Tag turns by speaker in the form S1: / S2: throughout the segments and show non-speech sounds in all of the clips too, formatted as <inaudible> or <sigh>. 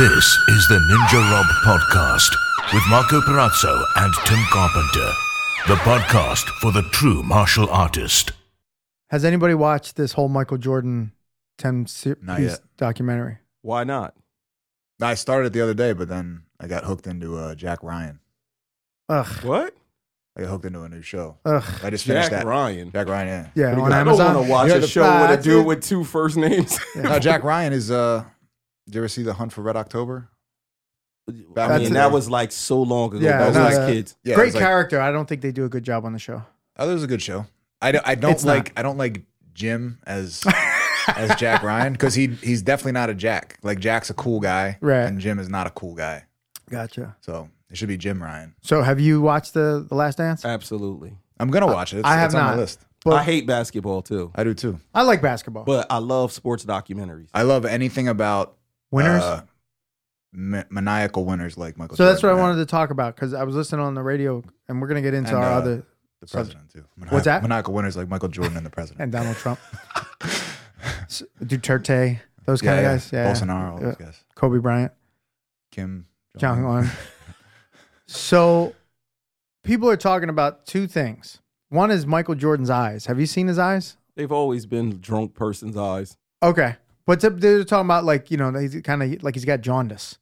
S1: is the Ninja Rob podcast with Marco Perazzo and Tim Carpenter. The podcast for the true martial artist.
S2: Has anybody watched this whole Michael Jordan 10 se-
S3: Not
S2: piece
S3: yet.
S2: documentary?
S4: Why not?
S3: I started the other day, but then I got hooked into uh, Jack Ryan.
S2: Ugh.
S4: <sighs> What?
S3: I got hooked into a new show.
S2: Ugh.
S3: I just finished
S4: Jack
S3: that.
S4: Ryan.
S3: Jack Ryan, yeah.
S2: Yeah,
S4: What do you
S2: on
S4: mean? I
S2: Amazon.
S4: don't want to watch
S3: You're
S4: a
S3: the
S4: show with
S2: bad
S4: a dude
S2: dude.
S4: with two first names.
S3: No, Jack Ryan is. uh Did you ever see the Hunt for Red October? Back
S4: I
S2: in
S4: mean,
S2: the
S4: that
S3: day.
S4: was like so long ago.
S2: Yeah,
S4: that was
S3: no,
S4: like
S2: that-
S4: kids.
S3: Yeah, it
S2: Great
S3: was like-
S2: character. I don't think they do a good job on the show.
S3: Oh, that was a good show. I don't, I don't
S2: It's not.
S3: like I don't like Jim
S2: <laughs>
S3: as as Jack Ryan because he he's definitely not a Jack. Like Jack's a cool guy,
S2: Right.
S3: And Jim is not a cool guy.
S2: Gotcha.
S3: So it should be Jim Ryan.
S2: So, have you watched the The Last Dance?
S4: Absolutely.
S3: I'm gonna watch it. It's,
S2: I have
S3: it's on
S2: not.
S3: my list.
S2: But
S4: I
S2: I,
S4: hate basketball too,
S3: I do too.
S2: like basketball.
S4: but I love sports documentaries.
S3: I love anything about
S2: Winners.
S3: uh, ma- maniacal winners like Michael.
S2: so that's what I
S3: Jordan and
S2: wanted to talk about because I was listening on the radio, and we're gonna get into
S3: And,
S2: our
S3: uh,
S2: other
S3: the president too. Maniac-
S2: What's that?
S3: Maniacal winners like Michael Jordan and the president.
S2: and Donald Trump, S- Duterte, those kind of guys. Yeah,
S3: Bolsonaro, all
S2: Yeah.
S3: those guys.
S2: Kobe Bryant,
S3: Kim
S2: John on. so, people are talking about two things. One is Michael Jordan's eyes. Have you seen his eyes?
S4: They've always been drunk person's eyes.
S2: Okay. But t- they're talking about like, you know, he's kind of like he's got jaundice.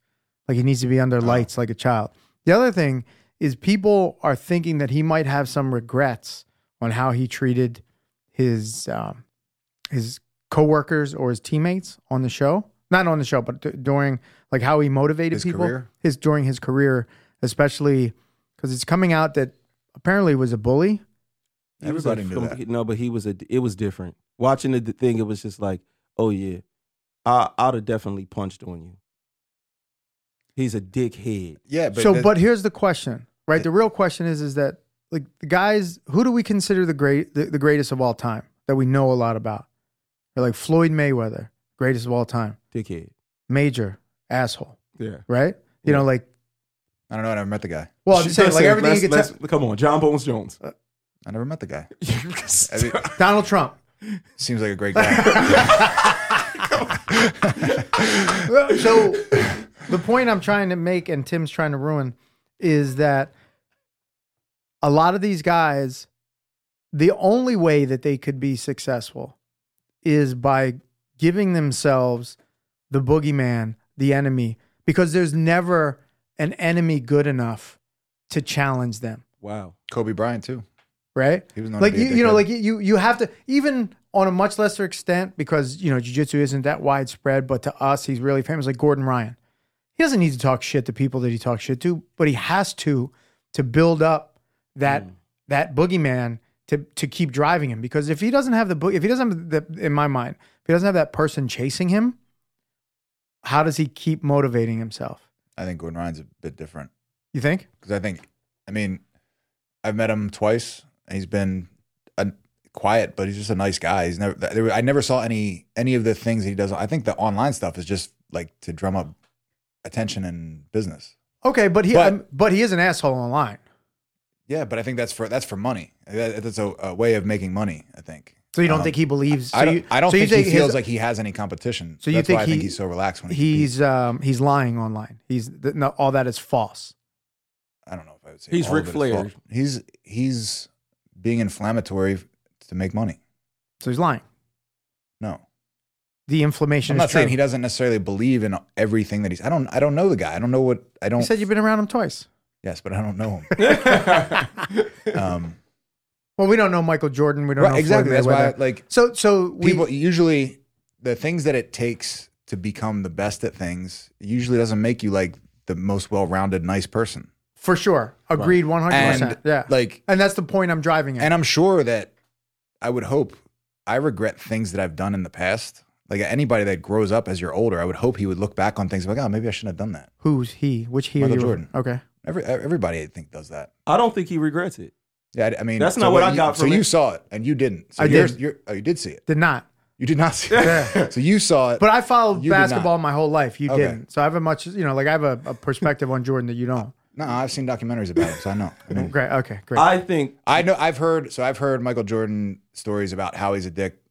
S2: Like he needs to be
S3: Oh.
S2: under lights like a child. The other thing is people are thinking that he might have some regrets on how he treated his um, his coworkers or his teammates on the show. Not on the show, but d- during like how he motivated
S3: His
S2: people.
S3: career?
S2: His during his career, especially because it's coming out that apparently he was a bully.
S4: He was a
S3: Everybody knew
S4: complete-
S3: that.
S4: No, but he was a. It was different. Watching the thing, it was just like, oh yeah, I, I'd have definitely punched on you. He's a dickhead.
S3: Yeah, but
S2: so,
S3: the-
S2: but here's the question, right? The real question is, is that like the guys who do we consider the great, the, the greatest of all time that we know a lot about? They're like Floyd Mayweather, greatest of all time,
S4: Dickhead.
S2: major asshole,
S4: Yeah.
S2: right? You know, like
S3: I don't know. I never met the guy.
S2: well, I'm saying like
S4: Listen,
S2: everything you could
S4: let's-
S2: tell.
S4: let's- Come on, John Bones Jones.
S3: I never met the
S4: <laughs>
S3: guy. I mean,
S4: Stop.
S2: Donald Trump.
S3: seems like a great
S2: <laughs>
S3: guy.
S2: so the point I'm trying to make and Tim's trying to ruin is that a lot of these guys, the only way that they could be successful is by giving themselves the boogeyman, the enemy, because there's never an enemy good enough to challenge them,
S4: wow.
S3: Kobe Bryant too.
S2: right?
S3: He was known
S2: like
S3: to be
S2: you,
S3: a
S2: you know
S3: dickhead.
S2: like you you have to even on a much lesser extent because you know jiu-jitsu isn't that widespread but to us he's really famous like gordon ryan he doesn't need to talk shit to people that he talks shit to but he has to to build up
S3: Hmm.
S2: that that boogeyman to to keep driving him because if he doesn't have the bo- if he doesn't have the in my mind if he doesn't have that person chasing him how does he keep motivating himself
S3: I think Gordon Ryan's a bit different
S2: you think
S3: because I think, I mean, I've met him twice. and He's been a, quiet, but he's just a nice guy. He's never. There, were- I never saw any any of the things that he does. I think the online stuff is just like to drum up attention and business.
S2: okay but he
S3: But-
S2: um, but he is an asshole online
S3: Yeah, but I think that's for that's for money. That, that's a, a way of making money. I think.
S2: so you don't
S3: Um,
S2: think he believes so
S3: I don't.
S2: you,
S3: I don't
S2: so you
S3: think, he
S2: his-
S3: feels like he has any competition.
S2: So
S3: So
S2: you
S3: you that's
S2: think
S3: why I think
S2: he-
S3: he's so relaxed when he competes.
S2: he's um he's lying online. He's th- no, all that is false.
S3: I don't know if I would say
S4: He's
S3: all of
S4: Ric
S3: it is
S4: Flair.
S3: fault. He's he's being inflammatory to make money.
S2: So he's lying.
S3: No,
S2: The inflammation
S3: I'm
S2: is
S3: not
S2: true.
S3: saying he doesn't necessarily believe in everything that he's. I don't. I don't know the guy. I don't know what. I don't.
S2: You said you've been around him twice.
S3: yes, but I don't
S2: <laughs>
S4: <laughs>
S3: know him. Um,
S2: Well, we don't know Michael Jordan. We don't know
S3: right,
S2: Floyd
S3: exactly. That's why.
S2: Mayweather.
S3: Like
S2: so so we
S3: people usually the things that it takes to become the best at things usually doesn't make you like the most well-rounded, nice person.
S2: for sure agreed one hundred
S3: And
S2: percent. Yeah,
S3: like
S2: and that's the point I'm driving at.
S3: And I'm sure that I would hope I regret things that I've done in the past. Like anybody that grows up as you're older, I would hope he would look back on things like, oh, maybe I shouldn't have done that.
S2: Who's he? Which he? are
S3: Michael
S2: you-
S3: Jordan.
S2: Okay.
S3: Every everybody I think does that.
S4: I don't think he regrets it.
S3: Yeah, I, I mean
S4: That's
S3: so
S4: not what I
S3: you-
S4: got
S3: So
S4: from
S3: you
S4: it.
S3: saw it and you didn't. So
S2: I
S3: you're,
S2: did.
S3: You're, oh, you did see it.
S2: Did not.
S3: You did not
S4: <laughs>
S3: see it. so you saw it.
S2: But I followed
S3: You did not.
S2: basketball my whole life. You
S3: Okay.
S2: didn't. So I have a much you know like I have a, a perspective on Jordan that you don't.
S3: no, I've seen documentaries about him, so I know. I mean,
S2: Great. Okay. Great.
S4: I think
S3: I know I've heard so I've heard Michael Jordan stories about how he's a dick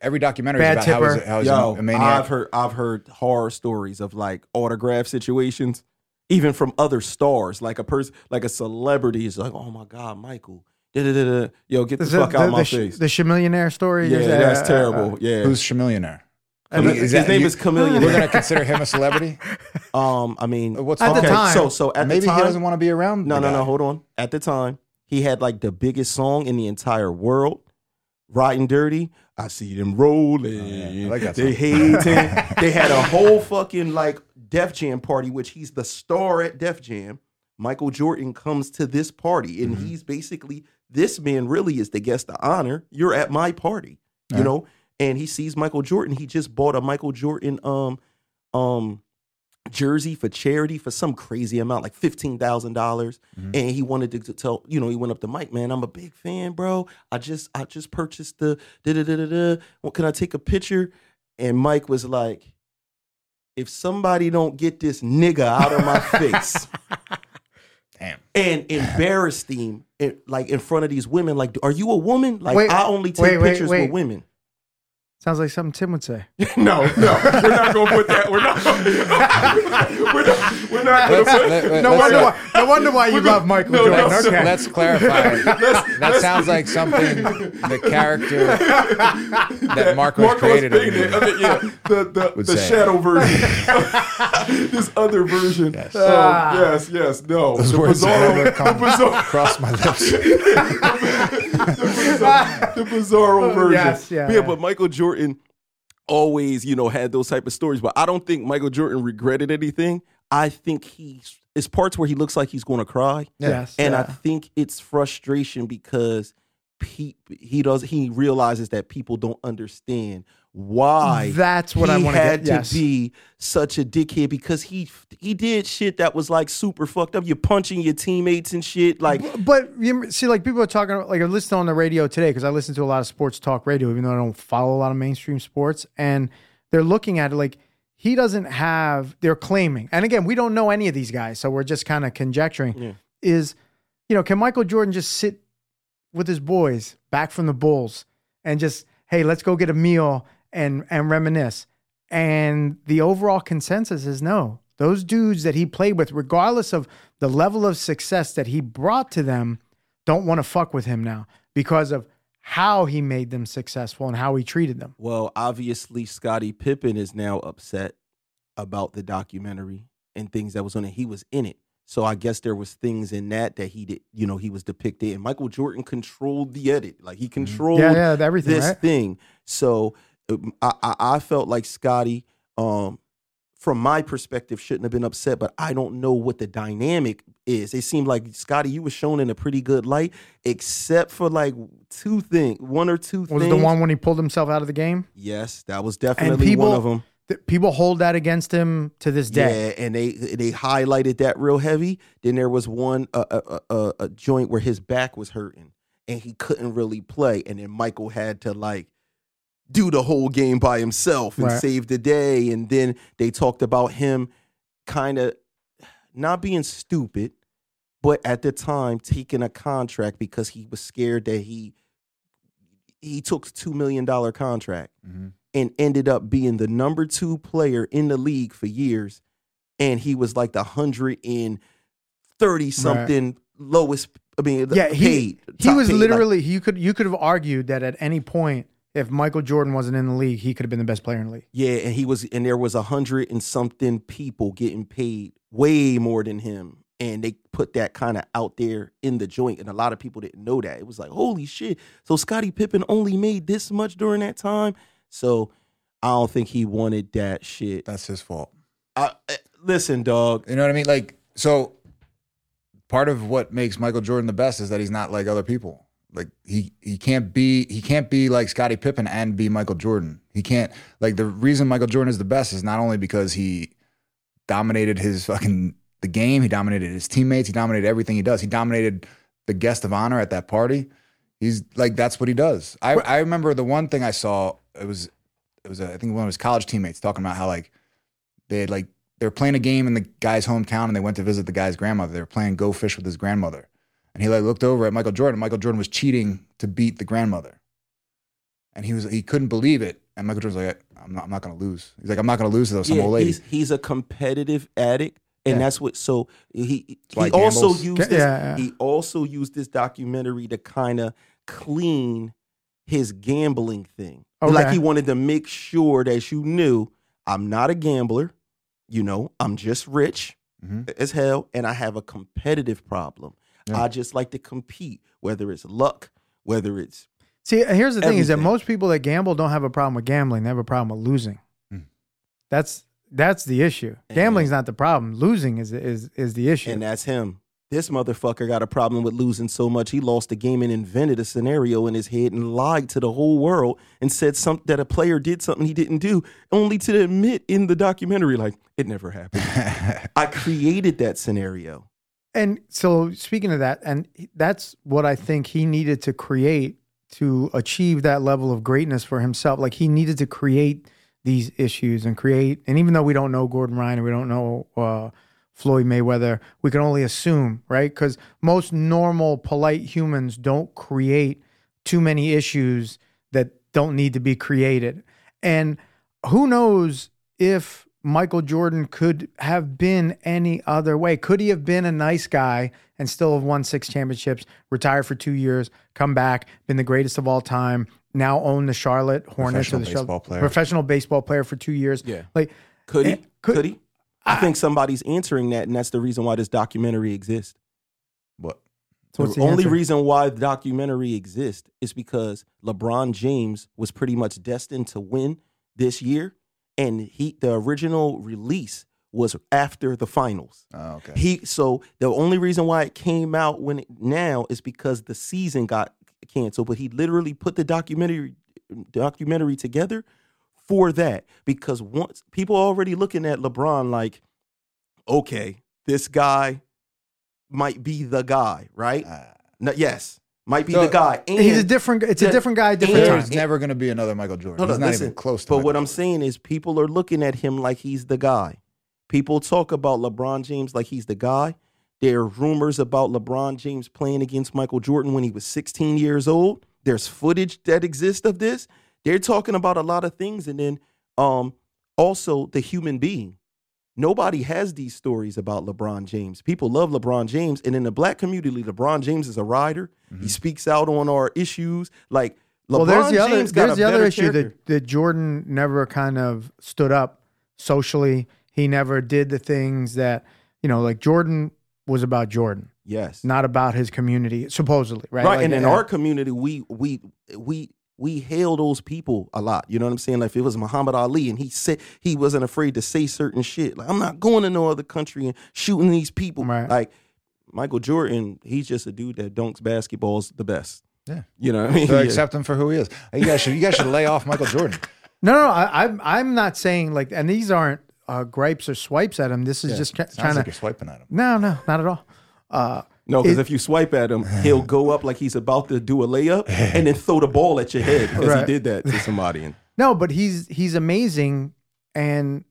S3: every documentary
S2: Bad
S3: is about how
S2: tipper.
S3: he's, how Oh, he's
S4: Yo,
S3: a
S4: I've
S3: maniac.
S4: heard I've heard horror stories of like autograph situations, even from other stars. Like a person, like a celebrity is like, oh my god, Michael, da-da-da-da." yo, get the,
S2: Is it
S4: fuck out
S2: the,
S4: my
S2: the, sh-
S4: face.
S2: the Chamillionaire story.
S4: yeah,
S2: Is that-
S4: that's
S2: uh,
S4: terrible. yeah,
S3: Who's Chamillionaire?
S2: uh,
S3: Chamille-
S2: uh,
S3: is
S4: his
S3: that-
S4: name
S3: you-
S4: is Chameleon.
S3: We're gonna consider
S4: <laughs>
S3: him a celebrity.
S4: um, I mean,
S3: What's
S2: At the
S3: okay,
S2: time-
S4: so so at
S3: maybe
S4: the time,
S3: he doesn't want to be around.
S4: No,
S3: the
S4: no,
S3: guy.
S4: no. Hold on. At the time, he had like the biggest song in the entire world, "Riding Dirty." I see them rolling.
S3: Oh, yeah. I like that
S4: they
S3: song.
S4: hating.
S3: <laughs>
S4: they had a whole fucking like Def Jam party, which he's the star at Def Jam. Michael Jordan comes to this party, and
S3: Mhm.
S4: he's basically this man really is the guest of honor. You're at my party,
S3: Yeah.
S4: you know. And he sees Michael Jordan. He just bought a Michael Jordan um um jersey for charity for some crazy amount, like fifteen dollars,
S3: Mhm.
S4: and he wanted to, to tell you know he went up to Mike, man, I'm a big fan, bro. I just I just purchased the da da da da da. Well, can I take a picture? And Mike was like, if somebody don't get this nigga out of my <laughs> face
S3: Damn.
S4: and embarrassed him, it, like in front of these women, like, are you a woman? Like
S2: Wait,
S4: I only take
S2: wait, wait,
S4: pictures
S2: wait.
S4: with women.
S2: Sounds like something Tim would say.
S4: no, no, we're not gonna put that. We're not. <laughs> we're not. We're not <laughs>
S3: Let's- let- let-
S2: No
S3: let's- uh,
S2: wonder, why, no wonder why you love Michael
S4: no,
S2: Jordan.
S4: no,
S2: okay.
S3: Let's
S4: <laughs>
S3: clarify. that sounds like something the character that Marco
S4: Marcos
S3: created.
S4: Big Dick, I mean, yeah, the the,
S3: Would
S4: the
S3: say. <laughs>
S4: shadow version, this other version. Yes,
S2: Ah.
S4: yes, yes, no.
S3: Those
S4: the
S3: words
S4: Bizarro,
S3: never come
S4: the Bizarro,
S3: across my lips.
S4: <laughs> the <laughs> Bizarro version.
S2: Yes, yeah,
S4: <laughs> yeah,
S2: yeah.
S4: but Michael Jordan always, you know, had those type of stories. But I don't think Michael Jordan regretted anything. I think he it's parts where he looks like he's going to cry.
S2: <laughs> Yes.
S4: and I
S2: yeah.
S4: think it's frustration because he he does he realizes that people don't understand why
S2: That's what I
S4: he
S2: wanna get-
S4: had to
S2: yes.
S4: be such a dickhead because he he did shit that was like super fucked up. You're punching your teammates and shit like.
S2: But you see, like people are talking, like I listened on the radio today because I listen to a lot of sports talk radio, even though I don't follow a lot of mainstream sports. And they're looking at it like he doesn't have. They're claiming, and again, we don't know any of these guys, so we're just kind of conjecturing.
S4: Yeah.
S2: Is you know, can Michael Jordan just sit with his boys back from the Bulls and just hey, let's go get a meal and and reminisce? And the overall consensus is no. Those dudes that he played with, regardless of the level of success that he brought to them, don't want to fuck with him now because of how he made them successful and how he treated them.
S4: Well, obviously Scottie Pippen is now upset about the documentary and things that was on it. He was in it. So I guess there was things in that that he did, you know, he was depicted and Michael Jordan controlled the edit. Like he controlled
S2: Mm-hmm. Yeah, yeah, everything,
S4: this
S2: right?
S4: thing. So um, I, I, I felt like Scotty, um, from my perspective, shouldn't have been upset, but I don't know what the dynamic is. It seemed like Scotty, you were shown in a pretty good light, except for like two things, one or two
S2: Was it
S4: things.
S2: the one when he pulled himself out of the game?
S4: Yes, that was definitely
S2: people-
S4: one of them.
S2: That people hold that against him to this day.
S4: Yeah, and they they highlighted that real heavy. Then there was one a a, a a joint where his back was hurting and he couldn't really play, and then Michael had to like do the whole game by himself and
S2: Right.
S4: save the day. And then they talked about him kind of not being stupid, but at the time taking a contract because he was scared that he he took two million dollar contract
S3: Mhm.
S4: and ended up being the number two player in the league for years. And he was like the hundred and thirty something lowest. I mean,
S2: Yeah, he-
S4: paid,
S2: He
S4: top
S2: was
S4: paid, like-
S2: literally you could you could have argued that at any point if Michael Jordan wasn't in the league, he could have been the best player in the league.
S4: yeah, and he was, and there was a hundred and something people getting paid way more than him, and they put that kind of out there in the joint, and a lot of people didn't know that. It was like, holy shit! So Scottie Pippen only made this much during that time, so I don't think he wanted that shit.
S3: That's his fault.
S4: I, I- listen, dog.
S3: You know what I mean? Like, so part of what makes Michael Jordan the best is that he's not like other people. Like he he can't be he can't be like Scottie Pippen and be Michael Jordan. He can't like the reason Michael Jordan is the best is not only because he dominated his fucking the game, he dominated his teammates, he dominated everything he does. He dominated the guest of honor at that party. He's like that's what he does. I, I remember the one thing I saw it was it was uh, I think one of his college teammates talking about how like they had like they were playing a game in the guy's hometown and they went to visit the guy's grandmother. They were playing go fish with his grandmother. And he like looked over at Michael Jordan. Michael Jordan was cheating to beat the grandmother. and he was he couldn't believe it. And Michael Jordan's like, I'm not, I'm not gonna lose. He's like, I'm not gonna lose to those some old ladies.
S4: he's, he's a competitive addict, and
S3: Yeah.
S4: that's what. So he
S3: why
S4: he
S3: he
S4: also
S3: gambles.
S4: used
S2: Yeah,
S4: this,
S2: yeah.
S4: he also used this documentary to kind of clean his gambling thing. Like
S2: Okay.
S4: he wanted to make sure that you knew I'm not a gambler. You know, I'm just rich
S3: Mhm.
S4: as hell, and I have a competitive problem.
S3: Yeah.
S4: I just like to compete, whether it's luck, whether it's
S2: See, uh, here's the thing: is that
S4: Everything.
S2: most people that gamble don't have a problem with gambling; they have a problem with losing.
S3: Hmm.
S2: That's that's the issue.
S4: And-
S2: Gambling's not the problem. Losing is is is the issue.
S4: And that's him. This motherfucker got a problem with losing so much he lost the game and invented a scenario in his head and lied to the whole world and said something that a player did something he didn't do, only to admit in the documentary like it never happened. I created that scenario.
S2: And so, speaking of that, and that's what I think he needed to create to achieve that level of greatness for himself. Like he needed to create these issues and create. And even though we don't know Gordon Ryan and we don't know uh, Floyd Mayweather, we can only assume, right? Because most normal, polite humans don't create too many issues that don't need to be created. And who knows if Michael Jordan could have been any other way? Could he have been a nice guy and still have won six championships, retired for two years, come back, been the greatest of all time, now own the Charlotte Hornets or
S3: Professional
S2: the
S3: baseball
S2: Charlotte-
S3: player.
S2: professional baseball player for two years?
S4: Yeah.
S2: Like,
S4: Could he?
S2: Eh,
S4: Could,
S2: could-
S4: he? I think somebody's answering that, and that's the reason why this documentary exists.
S3: but
S2: so what's
S4: the only
S2: answer?
S4: reason why the documentary exists is because LeBron James was pretty much destined to win this year, and he the original release was after the finals.
S3: oh, okay.
S4: He so the only reason why it came out when it, now is because the season got canceled. But he literally put the documentary documentary together for that because once people already looking at LeBron like, okay, this guy might be the guy, right?
S3: Ah.
S4: No, yes, might be
S3: So,
S4: the guy. And,
S2: He's a different. It's
S4: Yeah.
S2: a different guy, different
S4: Yeah.
S2: time.
S3: There's never going to be another Michael Jordan.
S4: Hold
S3: He's
S4: on,
S3: not
S4: listen,
S3: even close to
S4: But
S3: Michael
S4: what I'm
S3: Jordan.
S4: saying is, people are looking at him like he's the guy. People talk about LeBron James like he's the guy. There are rumors about LeBron James playing against Michael Jordan when he was 16 years old. There's footage that exists of this. They're talking about a lot of things, and then um, also the human being. Nobody has these stories about LeBron James. People love LeBron James, and in the black community, LeBron James is a rider. He speaks out on our issues. Like LeBron
S2: Mm-hmm. well, there's the other.
S4: James got
S2: there's
S4: a
S2: the other
S4: better
S2: issue
S4: character.
S2: that that Jordan never kind of stood up socially. He never did the things that you know, like Jordan was about Jordan,
S4: Yes.
S2: not about his community, supposedly, right?
S4: right.
S2: Like,
S4: and in
S2: uh,
S4: our community, we we we we hail those people a lot. You know what I'm saying? Like if it was Muhammad Ali and he said he wasn't afraid to say certain shit. Like I'm not going to no other country and shooting these people.
S2: Right.
S4: Like Michael Jordan, he's just a dude that dunks basketballs the best.
S3: Yeah.
S4: You know what I mean?
S3: So
S4: <laughs> Yeah.
S3: accept him for who he is. You guys should you guys should lay off
S2: <laughs>
S3: Michael Jordan.
S2: no, no, I, I'm I'm not saying like, and these aren't uh, gripes or swipes at him. This is just ca-
S3: Sounds
S2: trying
S3: like
S2: to.
S3: you're swiping at him.
S2: No, no, not at all. Uh,
S4: no, because
S2: it-
S4: if you swipe at him, he'll go up like he's about to do a layup and then throw the ball at your head because he
S2: Right.
S4: did that to somebody. And
S2: No, but he's he's amazing, and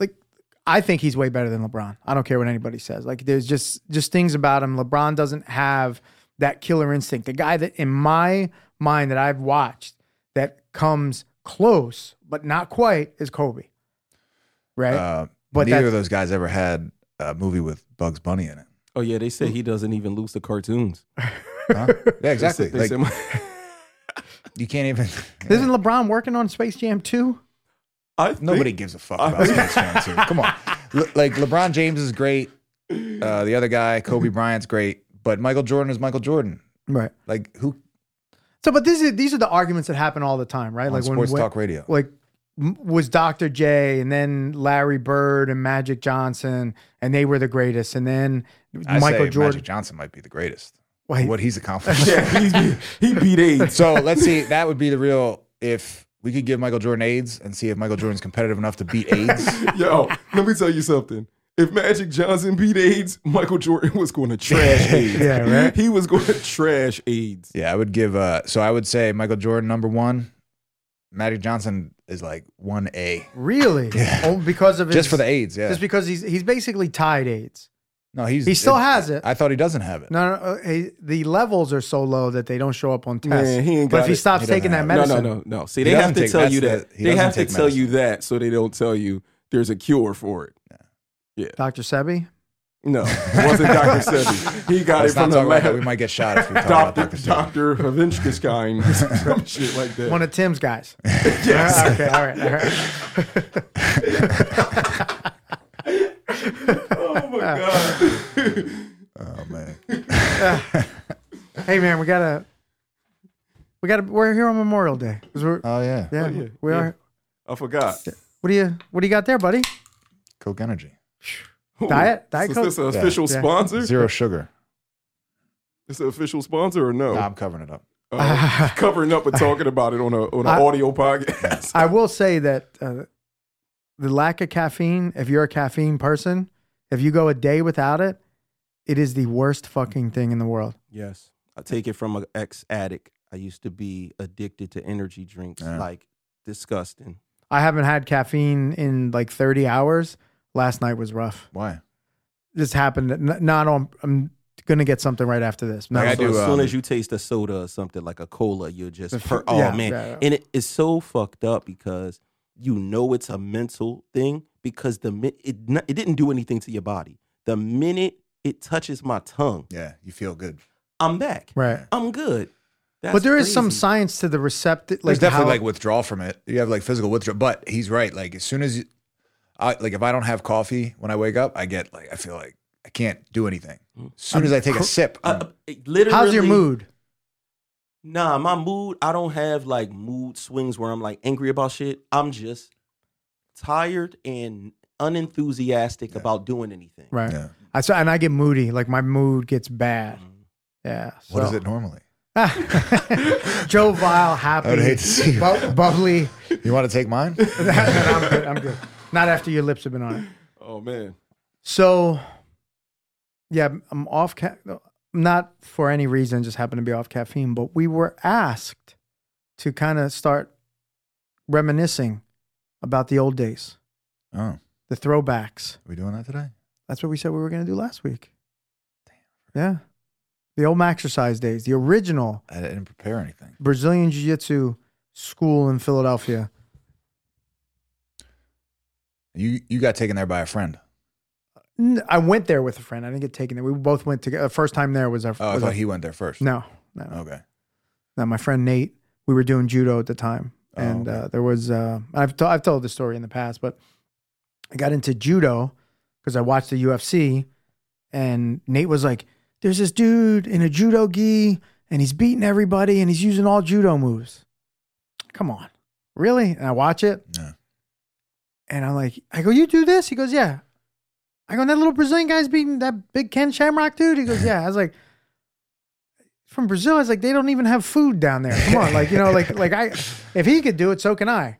S2: like I think he's way better than LeBron. I don't care what anybody says. Like there's just just things about him. LeBron doesn't have that killer instinct. The guy that in my mind that I've watched that comes close but not quite is Kobe. Right?
S3: Uh,
S2: But
S3: neither
S2: that's-
S3: of those guys ever had a movie with Bugs Bunny in it.
S4: oh yeah, they say he doesn't even lose the cartoons.
S2: <laughs>
S3: Huh? Yeah, exactly. Like
S4: They said-
S3: you can't
S2: <laughs>
S3: even.
S2: Isn't LeBron working on Space Jam 2?
S4: <laughs> I
S3: Nobody gives a fuck about Space Jam
S2: <laughs>
S3: 2. Come on. Le- like LeBron James is great. Uh, the other guy, Kobe Bryant's great, but Michael Jordan is Michael Jordan.
S2: Right.
S3: Like who
S2: So, but these are these are the arguments that happen all the time, right?
S3: on
S2: like
S3: sports
S2: when
S3: talk radio?
S2: like m- was Dr. J and then Larry Bird and Magic Johnson and they were the greatest and then
S3: I
S2: Michael
S3: say
S2: Jordan
S3: Magic Johnson might be the greatest.
S2: Wait. <laughs>
S3: What he's accomplished.
S4: <laughs> Yeah, he, he beat AIDS.
S3: So let's see. That would be the real if we could give Michael Jordan AIDS and see if Michael Jordan's competitive enough
S2: <laughs>
S3: to beat AIDS.
S4: Yo, let me tell you something. If Magic Johnson beat AIDS, Michael Jordan was going
S3: <laughs>
S4: to trash AIDS.
S2: Yeah, right?
S4: He was going to trash AIDS.
S3: yeah, I would give. Uh, so I would say Michael Jordan number one. Magic Johnson is like one A <laughs>
S2: really oh because of his,
S3: just for the AIDS. Yeah,
S2: just because he's he's basically tied AIDS
S3: No, he's
S2: He still has it.
S3: I thought he doesn't have it.
S2: No, no, uh, he, the levels are so low that they don't show up on tests.
S4: Man, he ain't
S2: but
S4: got
S2: if he
S4: it.
S2: stops
S3: He doesn't
S2: taking that
S3: have it.
S4: No,
S2: medicine,
S4: no, no, no. See,
S3: He
S4: they
S3: doesn't
S4: have to
S3: take-
S4: tell
S3: that's
S4: you that.
S3: the- he
S4: they
S3: doesn't
S4: have to
S3: take
S4: tell you that so they don't tell you there's a cure
S3: <laughs>
S4: for it.
S2: Dr. Sebi,
S4: <laughs> No, it wasn't Dr. Sebi. He got
S3: Let's
S4: it
S3: not
S4: from the
S3: talk about that. We
S4: lab.
S3: might get shot
S4: <laughs>
S3: if we talk about
S4: Dr.
S3: Dr. Sebi.
S4: Dr. Havinskiskein,
S3: <laughs>
S4: some shit like that.
S2: one of Tim's guys. yes. okay, all right, all right.
S4: oh my god.
S3: Oh man.
S2: Hey, man, we got to. We got to. We're here on Memorial Day. 'Cause we're-
S3: Oh yeah.
S2: yeah,
S4: yeah,
S2: we
S4: yeah.
S2: are.
S4: I forgot.
S2: What do you What do you got there, buddy?
S3: Coke Energy.
S2: Diet? Diet
S4: Is
S2: Coke?
S4: this an
S3: Yeah.
S4: official
S2: Yeah.
S4: sponsor?
S3: Zero sugar.
S4: Is it an official sponsor or no?
S3: Nah, I'm covering it up.
S4: Uh, covering up and talking about it on a on an
S2: I-
S4: audio podcast.
S2: I will say that uh, the lack of caffeine. If you're a caffeine person, if you go a day without it, it is the worst fucking thing in the world.
S4: yes. I take it from an ex addict. I used to be addicted to energy drinks.
S3: Yeah.
S4: Like disgusting.
S2: I haven't had caffeine in like 30 hours. Last night was rough.
S3: Why?
S2: This happened. n- Not on. I'm gonna get something right after this. No,
S3: Like I
S4: so
S3: do,
S4: as soon
S3: um,
S4: as you taste a soda or something like a cola, you're just
S2: The
S4: per-
S2: fr-
S4: oh
S2: yeah,
S4: man,
S2: yeah, yeah.
S4: and it is so fucked up because you know it's a mental thing because the mi- it not, it didn't do anything to your body. The minute it touches my tongue,
S3: Yeah, you feel good.
S4: I'm back.
S2: right.
S4: I'm good. That's
S2: but there is some
S4: crazy.
S2: science to the receptive. Like
S3: There's definitely
S2: how-
S3: like withdrawal from it. You have like physical withdrawal, but he's right. Like as soon as, you, I like if I don't have coffee when I wake up, I get like I feel like I can't do anything. As soon as I take a sip,
S4: Uh,
S3: I'm-
S4: uh, it literally,
S2: How's your mood?
S4: Nah, my mood. I don't have like mood swings where I'm like angry about shit. I'm just tired and unenthusiastic about doing anything.
S2: Right.
S3: Yeah. Mm.
S2: I saw, and I get moody. Like my mood gets bad. Yeah.
S3: what is
S2: so-
S3: it normally?
S2: <laughs> Joe Vile, happy,
S3: I would hate to see you.
S2: bu- bubbly. <laughs>
S3: You want to take mine?
S2: I'm good. I'm good. Not after your lips have been on it.
S4: Oh man.
S2: So, yeah, I'm off. Ca- not for any reason, just happened to be off caffeine. But we were asked to kind of start reminiscing about the old days,
S3: oh, are
S2: the throwbacks.
S3: we doing that today?
S2: That's what we said we were going to do last week. Yeah, the old exercise days, the original
S3: I didn't prepare anything.
S2: Brazilian Jiu Jitsu school in Philadelphia.
S3: You you got taken there by a friend.
S2: N- I went there with a friend. I didn't get taken there. We both went together. First time there was our.
S3: Oh, I
S2: was
S3: thought
S2: our-
S3: he went there first.
S2: no, no, no.
S3: Okay.
S2: No, My friend Nate. We were doing judo at the time,
S3: Oh,
S2: and
S3: okay.
S2: uh, there was. Uh, I've t- I've told this story in the past, but I got into judo because I watched the UFC, and Nate was like, "There's this dude in a judo gi, and he's beating everybody, and he's using all judo moves." Come on, really? And I watch it,
S3: Yeah.
S2: And I'm like, I go, you do this? He goes, yeah. I go, that little Brazilian guy's beating that big Ken Shamrock dude. He
S3: <laughs>
S2: goes, yeah. I was like, from Brazil, I was like, they don't even have food down there. Come on, like you know, like like I, if he could do it, so can I.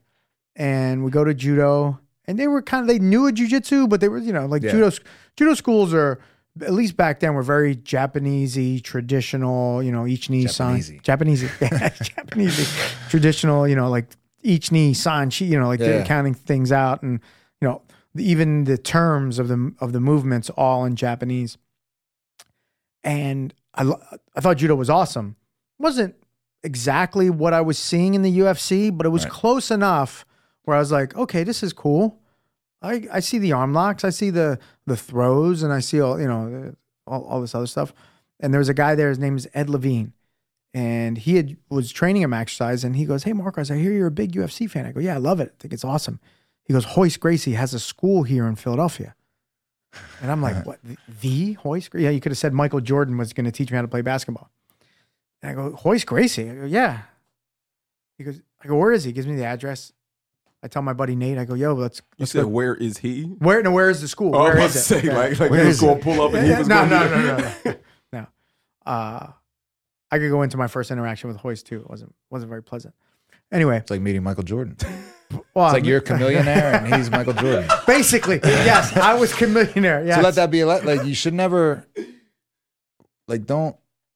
S2: And we go to judo, and they were kind of they knew a jujitsu, but they were you know like
S3: Yeah.
S2: judo judo schools are at least back then were very Japanesey, traditional. You know, each knee sign,
S3: Japanesey.
S2: Japanesey, <laughs> yeah, Japanesey, traditional. You know, like each knee sign, she you know like they're
S3: Yeah.
S2: counting things out, and you know even the terms of the of the movements all in Japanese and I lo- I thought judo was awesome. wasn't exactly what I was seeing in the UFC, but it was
S3: Right.
S2: close enough where I was like, okay, this is cool. I I see the arm locks, I see the the throws, and I see all you know all, all this other stuff. And there was a guy there. His name is Ed Levine, and he had, was training him exercise. And he goes, "Hey, Marcos, I hear you're a big UFC fan." I go, "Yeah, I love it. I think it's awesome." He goes, "Hoist Gracie has a school here in Philadelphia." And I'm
S4: <laughs>
S2: like, what? The, the Hoist? Gra- Yeah, you could have said Michael Jordan was going to teach me how to play basketball. And I go, Hoist Gracie? I go, yeah. He goes, I go, where is he? He gives me the address. I tell my buddy Nate, I go, yo, let's,
S4: You
S2: let's
S4: said,
S2: go.
S4: "Where is he?"
S2: Where, no, where is the school?
S4: Oh, I
S2: Where
S4: was
S2: is
S4: about to
S2: it?
S4: say,
S2: Yeah.
S4: like, like
S2: Where
S4: he
S2: is
S4: was
S2: it?
S4: going to pull up and he
S2: Yeah,
S4: was
S2: no,
S4: going
S2: no,
S4: to
S2: no, no, no. <laughs> no. Uh, I could go into my first interaction with Hoist too. It wasn't wasn't very pleasant. Anyway,
S3: It's like meeting Michael Jordan. It's
S2: well,
S3: like you're a chameleon and he's Michael Jordan.
S2: <laughs> basically yes. I was chameleonaire. Yes.
S3: So let that be a let. Like you should never, like don't.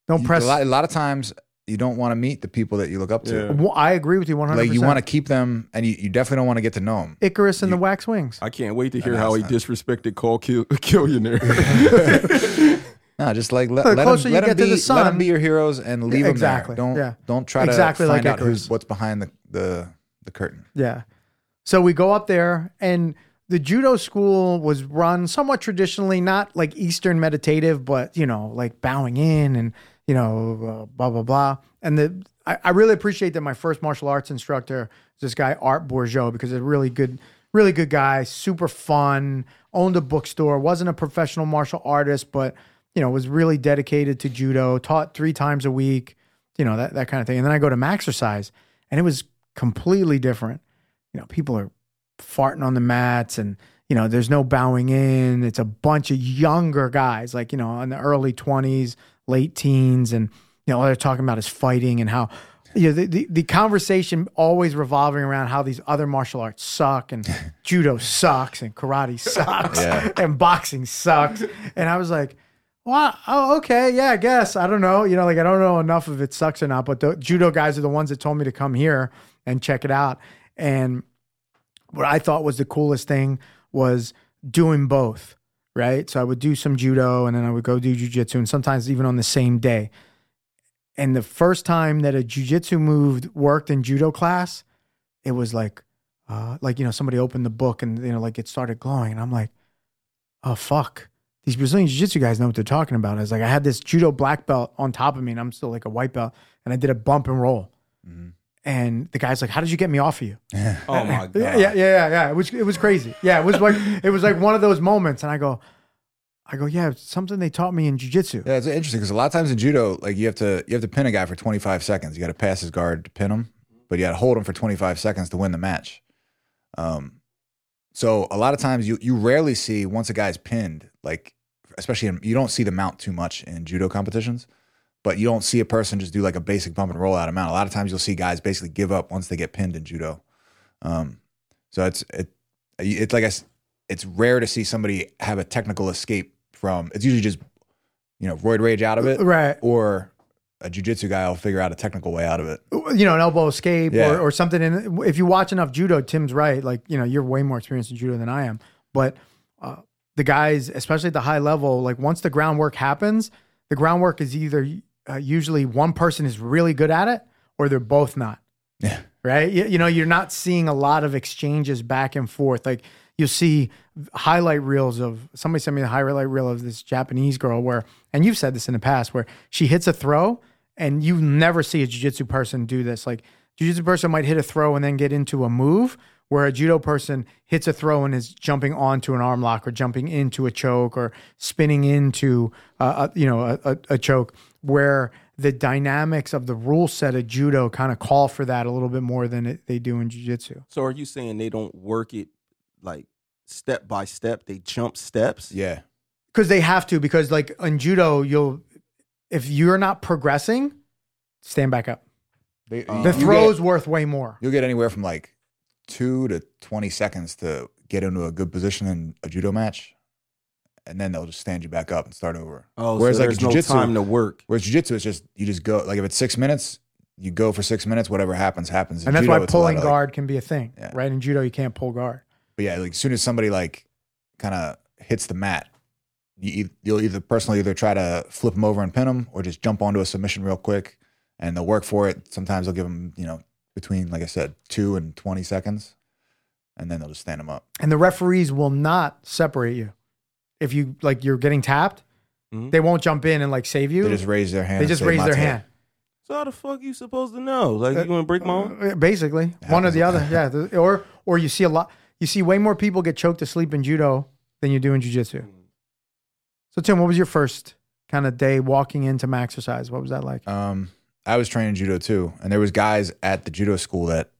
S2: Don't
S3: you-
S2: press.
S3: A lot, a lot of times, you don't want to meet the people that you look up to.
S4: Yeah.
S2: Well, I agree with you 100%.
S3: Like you want to keep them, and you, you definitely don't want to get to know them.
S2: Icarus and the Wax Wings.
S5: <laughs> I can't wait to hear
S3: No,
S5: how he
S3: it's
S5: disrespected Call Kill <laughs> Killionaire.
S3: No, just like let,
S2: The
S3: let,
S2: closer
S3: them,
S2: you
S3: let, them
S2: get to
S3: be,
S2: the
S3: let
S2: sun-
S3: 'em be your heroes and leave
S2: Exactly,
S3: them there. Don't
S2: yeah.
S3: don't try to
S2: Exactly like
S3: find out
S2: Icarus.
S3: who's what's behind the the, the curtain.
S2: Yeah. So we go up there, and the judo school was run somewhat traditionally, not like Eastern meditative, but you know, like bowing in and you know, uh, blah blah blah. And the I, I really appreciate that my first martial arts instructor was this guy Art Bourgeot because he's a really good, really good guy, super fun. Owned a bookstore, wasn't a professional martial artist, but you know, was really dedicated to judo. Taught three times a week, you know, that that kind of thing. And then I go to Maxercise, and it was completely different you know, people are farting on the mats and, you know, there's no bowing in. It's a bunch of younger guys, like, you know, in the early 20s, late teens. And, you know, all they're talking about is fighting and how, you know, the, the, the conversation always revolving around how these other martial arts suck and judo sucks and karate sucks
S3: Yeah.
S2: and boxing sucks. And I was like, Wow. Oh, okay. Yeah, I guess. I don't know. You know, like I don't know enough if it sucks or not, but the judo guys are the ones that told me to come here and check it out. And what I thought was the coolest thing was doing both, right? So I would do some judo and then I would go do jujitsu and sometimes even on the same day. And the first time that a jujitsu move worked in judo class, it was like, uh, like, you know, somebody opened the book and, you know, like it started glowing. And I'm like, oh, fuck. These Brazilian jiu jitsu guys know what they're talking about. It's like I had this judo black belt on top of me and I'm still like a white belt and I did a bump and roll.
S3: Mhm.
S2: <laughs> And the guy's like, how did you get me off of you?
S5: <laughs> oh my god!
S3: Uh,
S2: Yeah, yeah, yeah, yeah. It was it was crazy. Yeah, it was
S3: <laughs>
S2: like it was like one of those moments, and I go, I go, yeah, it's something they taught me in jujitsu.
S3: Yeah, it's interesting because a lot of times in judo, like you have to you have to pin a guy for 25 seconds. You got to pass his guard to pin him, but you got to hold him for 25 seconds to win the match. Um, so a lot of times you you rarely see once a guy's pinned, like especially in, you don't see the mount too much in judo competitions, but you don't see a person just do like a basic bump and roll out of mount. A lot of times you'll see guys basically give up once they get pinned in judo. Um, so it's it it's like I s it's rare to see somebody have a technical escape from. It's usually just you know roid rage out of it,
S2: Right,
S3: or a jujitsu guy will figure out a technical way out of it.
S2: you know, an elbow escape
S3: Yeah.
S2: or, or something. And if you watch enough judo, Tim's right. Like you know, you're way more experienced in judo than I am. But uh, the guys, especially at the high level, like once the groundwork happens, the groundwork is either uh, usually one person is really good at it or they're both not.
S3: Yeah.
S2: right? You, you know, you're not seeing a lot of exchanges back and forth. Like you see highlight reels of somebody sent me the highlight reel of this Japanese girl where, and you've said this in the past, where she hits a throw and you never see a jiu-jitsu person do this. Like jiu-jitsu person might hit a throw and then get into a move where a judo person hits a throw and is jumping onto an arm lock or jumping into a choke or spinning into uh, a, you know a, a, a choke where the dynamics of the rule set of judo kind of call for that a little bit more than it, they do in jiu-jitsu
S4: So are you saying they don't work it like step by step? They jump steps.
S3: Yeah,
S2: because they have to because like in judo you'll if you're not progressing stand back up
S3: they,
S2: the
S3: Uh, you
S2: throw's
S3: Get,
S2: worth way more
S3: you'll get anywhere from like two to twenty seconds to get into a good position in a judo match, and then they'll just stand you back up and start over.
S4: Oh,
S3: Whereas,
S4: so
S3: like,
S4: there's no
S3: jujitsu-
S4: time to work.
S3: Whereas jujitsu is just you just go like if it's six minutes, you go for six minutes. Whatever happens, happens. In
S2: and that's
S3: judo,
S2: why
S3: it's a lot
S2: pulling
S3: of, like-
S2: guard can be a thing
S3: Yeah.
S2: right in judo you can't pull guard
S3: But yeah, like as soon as somebody like kind of hits the mat, you, eith- you'll either personally either try to flip them over and pin them, or just jump onto a submission real quick, and they'll work for it. Sometimes they'll give them, you know, between like I said, two and twenty seconds, and then they'll just stand them up.
S2: and the referees will not separate you if you like you're getting tapped
S4: Mhm.
S2: they won't jump in and like save you
S3: Mm-hmm. They just raise their hand.
S2: They
S3: and
S2: just
S3: say,
S2: raise their
S3: "Mate."
S2: hand
S4: So how the fuck you supposed to know? Like
S2: Uh,
S4: you gonna break my arm?
S2: Uh, basically one or the other yeah The- or or you see a lot you see way more people get choked to sleep in judo than you do in jiu-jitsu so tim what was your first kind of day walking into my exercise what was that like
S3: Um, I was training judo too, and there was guys at the judo school that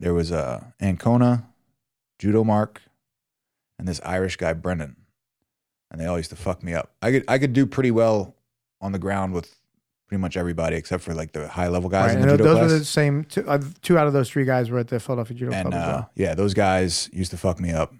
S3: there was uh, Ancona, Judo Mark, and this Irish guy Brendan, and they all used to fuck me up. I could I could do pretty well on the ground with pretty much everybody except for like the high level guys
S2: Right,
S3: in the
S2: and
S3: judo
S2: those
S3: class.
S2: were the same two, uh, two out of those three guys were at the philadelphia judo
S3: and
S2: club as
S3: uh,
S2: well
S3: yeah, those guys used to fuck me up.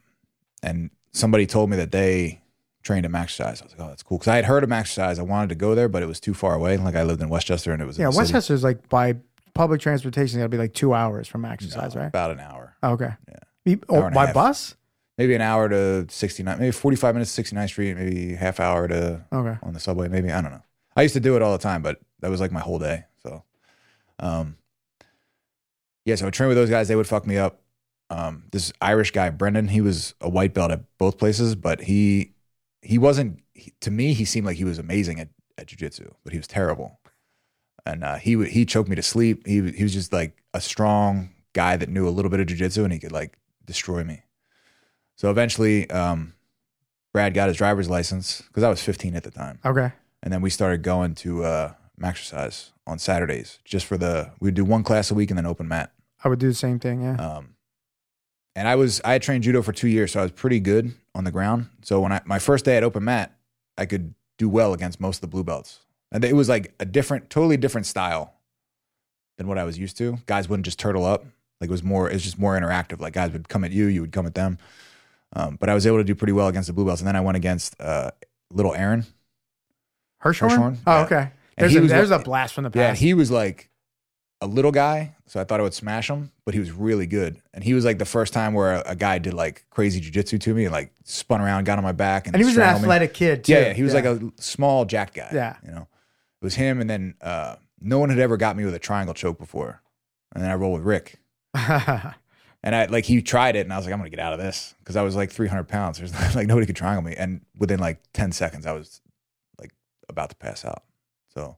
S3: And somebody told me that they trained at Max Size. I was like, oh, that's cool. Because I had heard of Max Size. I wanted to go there, but it was too far away. Like I lived in Westchester and it was in
S2: Yeah,
S3: the city.
S2: Westchester's like by public transportation, got to be like two hours from exercise, right?
S3: Uh, About an hour.
S2: Oh, okay.
S3: Yeah.
S2: Yeah.
S3: Hour
S2: Oh,
S3: and a
S2: by
S3: half.
S2: bus?
S3: Maybe an hour to 69, maybe 45 minutes to 69th Street, maybe half hour to
S2: Okay.
S3: on the subway. Maybe I don't know. I used to do it all the time, but that was like my whole day. So, um, yeah. So I trained with those guys. They would fuck me up. Um, this Irish guy, Brendan, he was a white belt at both places, but he he wasn't. He, to me, he seemed like he was amazing at at jujitsu, but he was terrible. And uh, he would he choked me to sleep. He he was just like a strong guy that knew a little bit of jujitsu, and he could like destroy me. So eventually, um, Brad got his driver's license because I was 15 at the time
S2: Okay.
S3: and then we started going to uh exercise on Saturdays just for the we'd do one class a week and then open mat.
S2: I would do the same thing. Yeah.
S3: Um and I was I had trained judo for 2 years so I was pretty good on the ground. So when I my first day at open mat, I could do well against most of the blue belts. And it was like a different totally different style than what I was used to. Guys wouldn't just turtle up. Like it was more it was just more interactive. Like guys would come at you, you would come at them. Um, but I was able to do pretty well against the blue belts and then I went against uh little Aaron
S2: Hirschhorn?
S3: Hirschhorn,
S2: Oh,
S3: yeah.
S2: okay.
S3: And
S2: There's,
S3: he
S2: a,
S3: was
S2: there's
S3: like-
S2: a blast from the
S3: Yeah, and
S2: past.
S3: he was like a little guy, so I thought I would smash him, but he was really good. And he was like the first time where a, a guy did like crazy jujitsu to me and like spun around, got on my back, and,
S2: and he was an
S3: strangled me.
S2: athletic kid, too.
S3: Yeah, yeah, he was like a small jack guy.
S2: Yeah.
S3: you know, it was him. And then uh, no one had ever got me with a triangle choke before. And then I rolled with Rick,
S2: a.
S3: and I like he tried it, and I was like, I'm gonna get out of this because I was like 300 pounds. There's <laughs> like nobody could triangle me, and within like 10 seconds, I was like about to pass out. So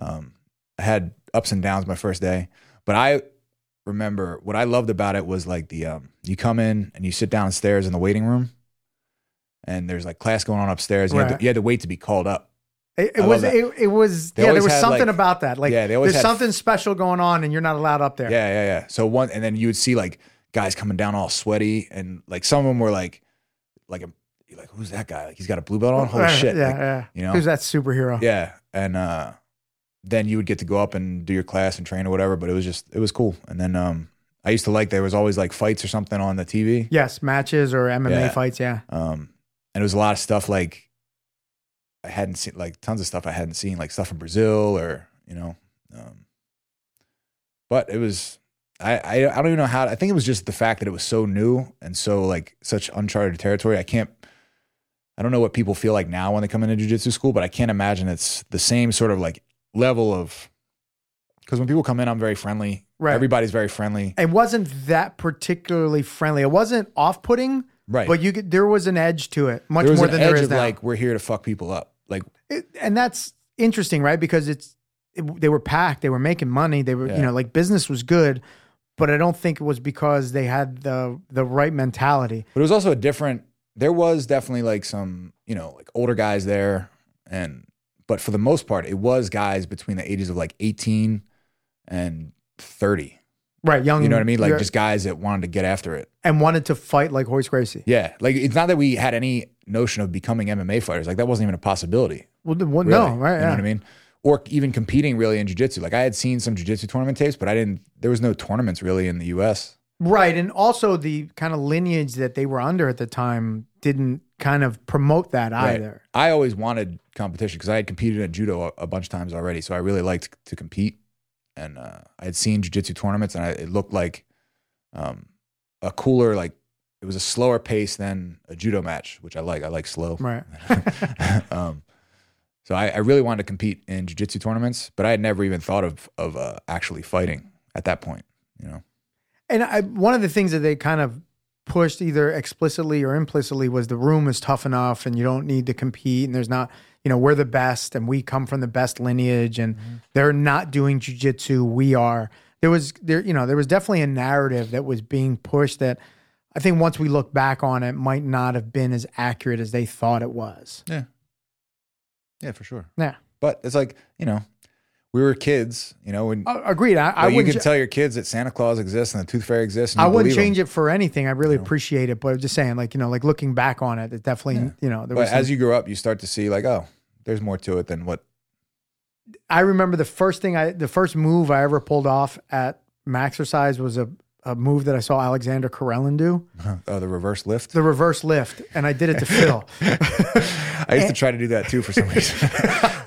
S3: um, I had ups and downs my first day, but I remember what I loved about it was like the um, you come in and you sit downstairs in the waiting room, and there's like class going on upstairs. And you, have
S2: Right.
S3: to, you had to wait to be called up.
S2: It,
S3: I
S2: it
S3: love
S2: was
S3: that.
S2: it, it was
S3: They
S2: yeah. There
S3: always
S2: was
S3: had,
S2: something
S3: like-
S2: about that. Like
S3: Yeah, they always
S2: there's
S3: had-
S2: something special going on, and you're not allowed up there.
S3: Yeah, yeah, yeah. So one, and then you would see like guys coming down all sweaty, and like some of them were like, like, you're like who's that guy? Like he's got a blue belt on. oh, Holy
S2: Right,
S3: shit!
S2: Uh, Yeah,
S3: Like,
S2: yeah.
S3: you know?
S2: who's that superhero?
S3: Yeah, and uh, then you would get to go up and do your class and train or whatever. But it was just it was cool. And then um, I used to like there was always like fights or something on the TV.
S2: Yes, matches or MMA
S3: Yeah.
S2: fights. Yeah.
S3: Um, and it was a lot of stuff like I hadn't seen like tons of stuff I hadn't seen like stuff in Brazil or you know. Um, but it was I, I I don't even know how I think it was just the fact that it was so new and so like such uncharted territory. I can't I don't know what people feel like now when they come into jujitsu school, but I can't imagine it's the same sort of like level of because when people come in, I'm very friendly.
S2: Right.
S3: Everybody's very friendly.
S2: It wasn't that particularly friendly. It wasn't off-putting,
S3: Right.
S2: but you could, there was an edge to it, much
S3: there was
S2: more
S3: an
S2: than
S3: edge
S2: there is
S3: of
S2: now.
S3: like we're here to fuck people up. Like
S2: It- and that's interesting, right? Because it's it, they were packed, they were making money, they were you
S3: Yeah.
S2: know like business was good, but I don't think it was because they had the the right mentality.
S3: But it was also a different. There was definitely like some, you know, like older guys there, and but for the most part, it was guys between the ages of like eighteen and thirty.
S2: Right, young.
S3: You know what I mean? Like
S2: you're-
S3: just guys that wanted to get after it.
S2: and wanted to fight like Hoist Gracie.
S3: Yeah, like it's not that we had any notion of becoming MMA fighters. Like that wasn't even a possibility.
S2: Well, the one-
S3: Really,
S2: no, right?
S3: You
S2: yeah.
S3: know what I mean? Or even competing really in jujitsu. Like I had seen some jujitsu tournament tapes, but I didn't. There was no tournaments really in the U.S.
S2: Right, and also the kind of lineage that they were under at the time didn't kind of promote that
S3: Right.
S2: either.
S3: I always wanted competition because I had competed in judo a, a bunch of times already, so I really liked to compete. And uh, I had seen jujitsu tournaments, and I, it looked like um, a cooler, like it was a slower pace than a judo match, which I like. I like slow.
S2: Right.
S3: <laughs> um, so I, I really wanted to compete in jujitsu tournaments, but I had never even thought of of uh, actually fighting at that point. You know,
S2: And I, one of the things that they kind of pushed either explicitly or implicitly was the room is tough enough and you don't need to compete and there's not, you know, we're the best and we come from the best lineage and
S3: Mm-hmm.
S2: they're not doing jujitsu, we are. There was there, you know, there was definitely a narrative that was being pushed that I think once we look back on it might not have been as accurate as they thought it was.
S3: yeah, for sure.
S2: Yeah.
S3: But it's like you know, we were kids. You know, and
S2: A- Uh, Agreed. I, I
S3: Like, you
S2: wouldn't
S3: can
S2: ch-
S3: tell your kids that Santa Claus exists and the Tooth Fairy exists.
S2: I wouldn't change it for anything. I really appreciate it, but I'm just saying, like you know, like looking back on it, it definitely, you know, there
S3: But
S2: was some-
S3: as you grow up, you start to see like, oh, there's more to it than what.
S2: I remember the first thing I, the first move I ever pulled off at Maxercise was a a move that I saw Alexander Karelin do,
S3: Oh, the reverse lift.
S2: the reverse lift, and I did it to Phil.
S3: <laughs> I
S2: Eh.
S3: used to try to do that too for some reason. <laughs>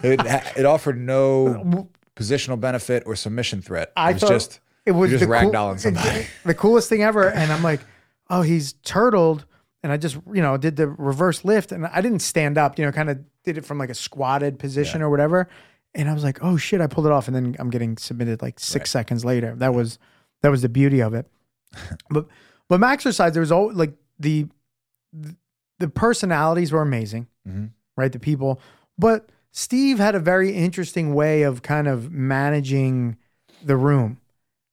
S3: it, it offered no positional benefit or submission threat.
S2: I
S3: it was
S2: thought
S3: just
S2: it was
S3: you're just
S2: the cool-
S3: ragdolling somebody.
S2: the coolest thing ever. And I'm like, oh, he's turtled. And I just, you know, did the reverse lift and I didn't stand up, you know, kind of did it from like a squatted position or whatever. And I was like, oh shit, I pulled it off. And then I'm getting submitted like six seconds later. That was, that was the beauty of
S3: <laughs>
S2: it. but, but my exercise, there was all like the, the personalities were amazing,
S3: Mhm.
S2: right? The people, but Steve had a very interesting way of kind of managing the room,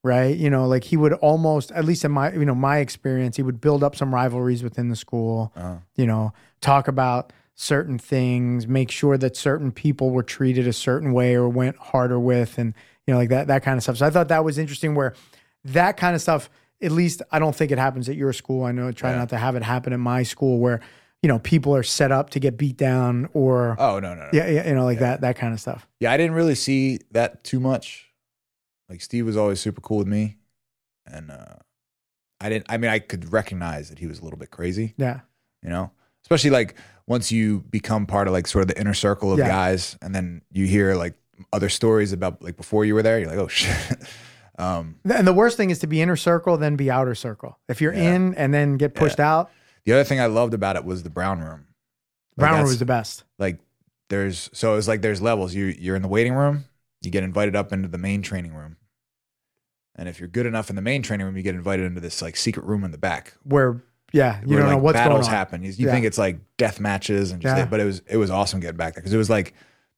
S2: right? You know, like he would almost, at least in my, you know, my experience, he would build up some rivalries within the school,
S3: Uh-huh.
S2: you know, talk about certain things, make sure that certain people were treated a certain way or went harder with, and you know, like that that kind of stuff. So I thought that was interesting. Where that kind of stuff, at least I don't think it happens at your school. I know I try not to have it happen at my school where you know people are set up to get beat down or
S3: Oh no, no, no.
S2: yeah, yeah, you know, like that that kind of stuff.
S3: yeah, I didn't really see that too much. Like Steve was always super cool with me, and uh, I didn't. I mean, I could recognize that he was a little bit crazy,
S2: Yeah,
S3: you know. Especially like once you become part of like sort of the inner circle of
S2: Yeah.
S3: guys, and then you hear like other stories about like before you were there, you're like, oh <laughs> shit. um,
S2: and the worst thing is to be inner circle then be outer circle. If you're
S3: Yeah.
S2: in and then get pushed out,
S3: the other thing I loved about it was the brown room. Like,
S2: Brown
S3: that's-
S2: was the best.
S3: like there's so it's like there's levels. You you're in the waiting room, you get invited up into the main training room. And if you're good enough in the main training room, you get invited into this like secret room in the back.
S2: Where yeah, you
S3: where,
S2: don't
S3: like,
S2: know what's going on.
S3: battles happen. You, you
S2: Yeah.
S3: think it's like death matches and just
S2: Yeah.
S3: but it was it was awesome getting back there because it was like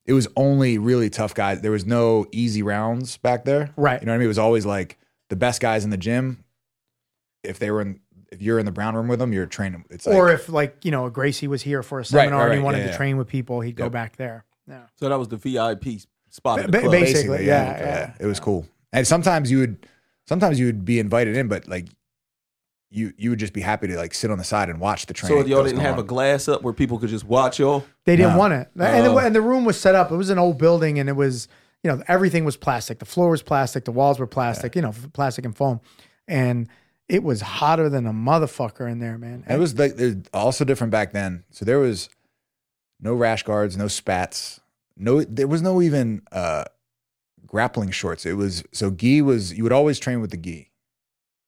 S3: it was only really tough guys. There was no easy rounds back there.
S2: Right.
S3: You know what I mean? It was always like the best guys in the gym. If they were in if you're in the brown room with them, you're training. It's like
S2: or if like you know Gracie was here for a
S3: right,
S2: seminar and he
S3: right,
S2: wanted
S3: yeah,
S2: to
S3: yeah.
S2: train with people, he'd go
S3: Yep.
S2: back there. Yeah,
S5: So that was the VIP spot. of the
S2: Ba-
S5: club.
S2: basically, yeah, yeah.
S3: It was cool. And sometimes you would sometimes you would be invited in, but like you you would just be happy to like sit on the side and watch the training.
S5: So
S3: that
S5: y'all
S3: was
S5: didn't
S3: going
S5: have a
S3: on.
S5: glass up where people could just watch y'all.
S2: they didn't
S3: No.
S2: want it, and,
S5: Oh.
S2: the, and the room was set up. It was an old building, and it was you know everything was plastic. The floor was plastic, the walls were plastic, you know, f- plastic and foam, and it was hotter than a motherfucker in there, man.
S3: And it was like there's also different back then. So there was no rash guards, no spats, no there was no even uh grappling shorts. It was so gi was you would always train with the gi.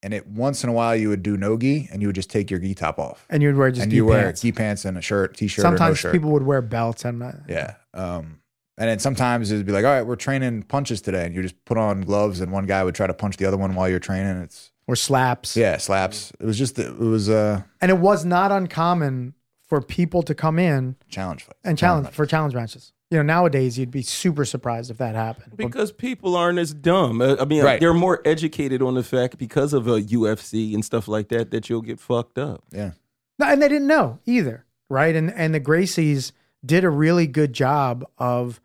S3: And it once in a while you would do no gi and you would just take your gi top off.
S2: and you'd wear just
S3: and
S2: deep
S3: you wear
S2: pants.
S3: gi pants and a shirt, t shirt, or no
S2: Sometimes
S3: shirt.
S2: people would wear belts. uh, I'm not.
S3: Yeah. Um, and then sometimes it'd be like, all right, we're training punches today, and you just put on gloves, and one guy would try to punch the other one while you're training. It's
S2: Or slaps.
S3: yeah, slaps. It was just it was a
S2: And it was not uncommon for people to come in
S3: challenge fight
S2: and challenge for challenge matches. You know, nowadays you'd be super surprised if that happened. But-
S5: Because people aren't as dumb. Uh, I mean,
S3: Right.
S5: they're more educated on the fact because of a UFC and stuff like that that you'll get fucked up.
S3: Yeah,
S2: No, and they didn't know either, right? And and the Gracies did a really good job of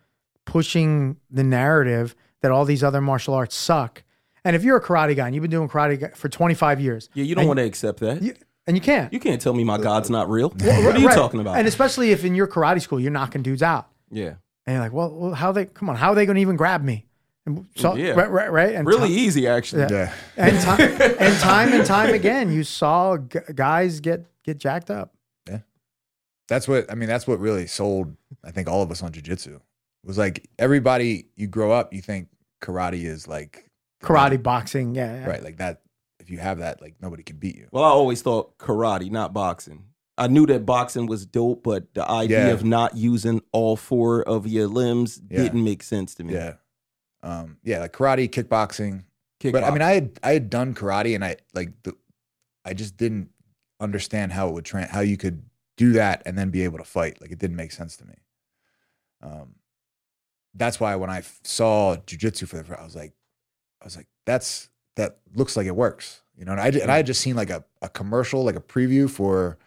S2: pushing the narrative that all these other martial arts suck. And if you're a karate guy and you've been doing karate gu- for 25 years,
S5: Yeah, you don't want to accept that. You,
S2: you, and you can't.
S5: can't tell me my God's not real. what are you
S2: Right.
S5: talking about?
S2: And especially if in your karate school you're knocking dudes out,
S5: yeah.
S2: and you're like, well, well how they come on? How are they going to even grab me? And so,
S5: Yeah.
S2: right, right, right. And
S5: Really
S2: ti-
S5: easy, actually.
S3: yeah.
S2: and, ti- and time and time again, you saw g- guys get get jacked up.
S3: That's what I mean. That's what really sold. I think all of us on jujitsu was like everybody. You grow up, you think karate is like
S2: Karate, boxing, yeah, yeah.
S3: right? Like that. If you have that, like nobody can beat you.
S5: Well, I always thought karate, not boxing. I knew that boxing was dope, but the idea
S3: Yeah.
S5: of not using all four of your limbs
S3: Yeah.
S5: didn't make sense to me.
S3: Yeah, um, yeah. Like karate, kickboxing,
S5: Kickboxing.
S3: But I mean, I had I had done karate, and I like the, I just didn't understand how it would tra- how you could do that and then be able to fight. Like it didn't make sense to me. Um, that's why when I f- saw jujitsu for the first, I was like, I was like, that's that looks like it works, you know. And I ju- and I had just seen like a a commercial, like a preview for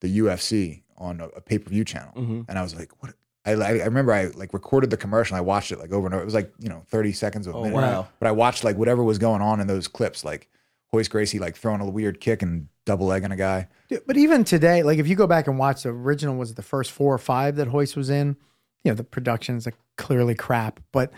S3: the UFC on a, a pay per view channel,
S5: Mhm.
S3: and I was like, what? I, I I remember I like recorded the commercial. and I watched it like over and over. It was like you know thirty seconds of a
S5: Oh,
S3: minute.
S5: wow.
S3: But I watched like whatever was going on in those clips, like Hoist Gracie like throwing a weird kick and double legging a guy.
S2: Dude, But even today, like if you go back and watch the original, was it the first four or five that Hoist was in? You know, the production's like clearly crap, but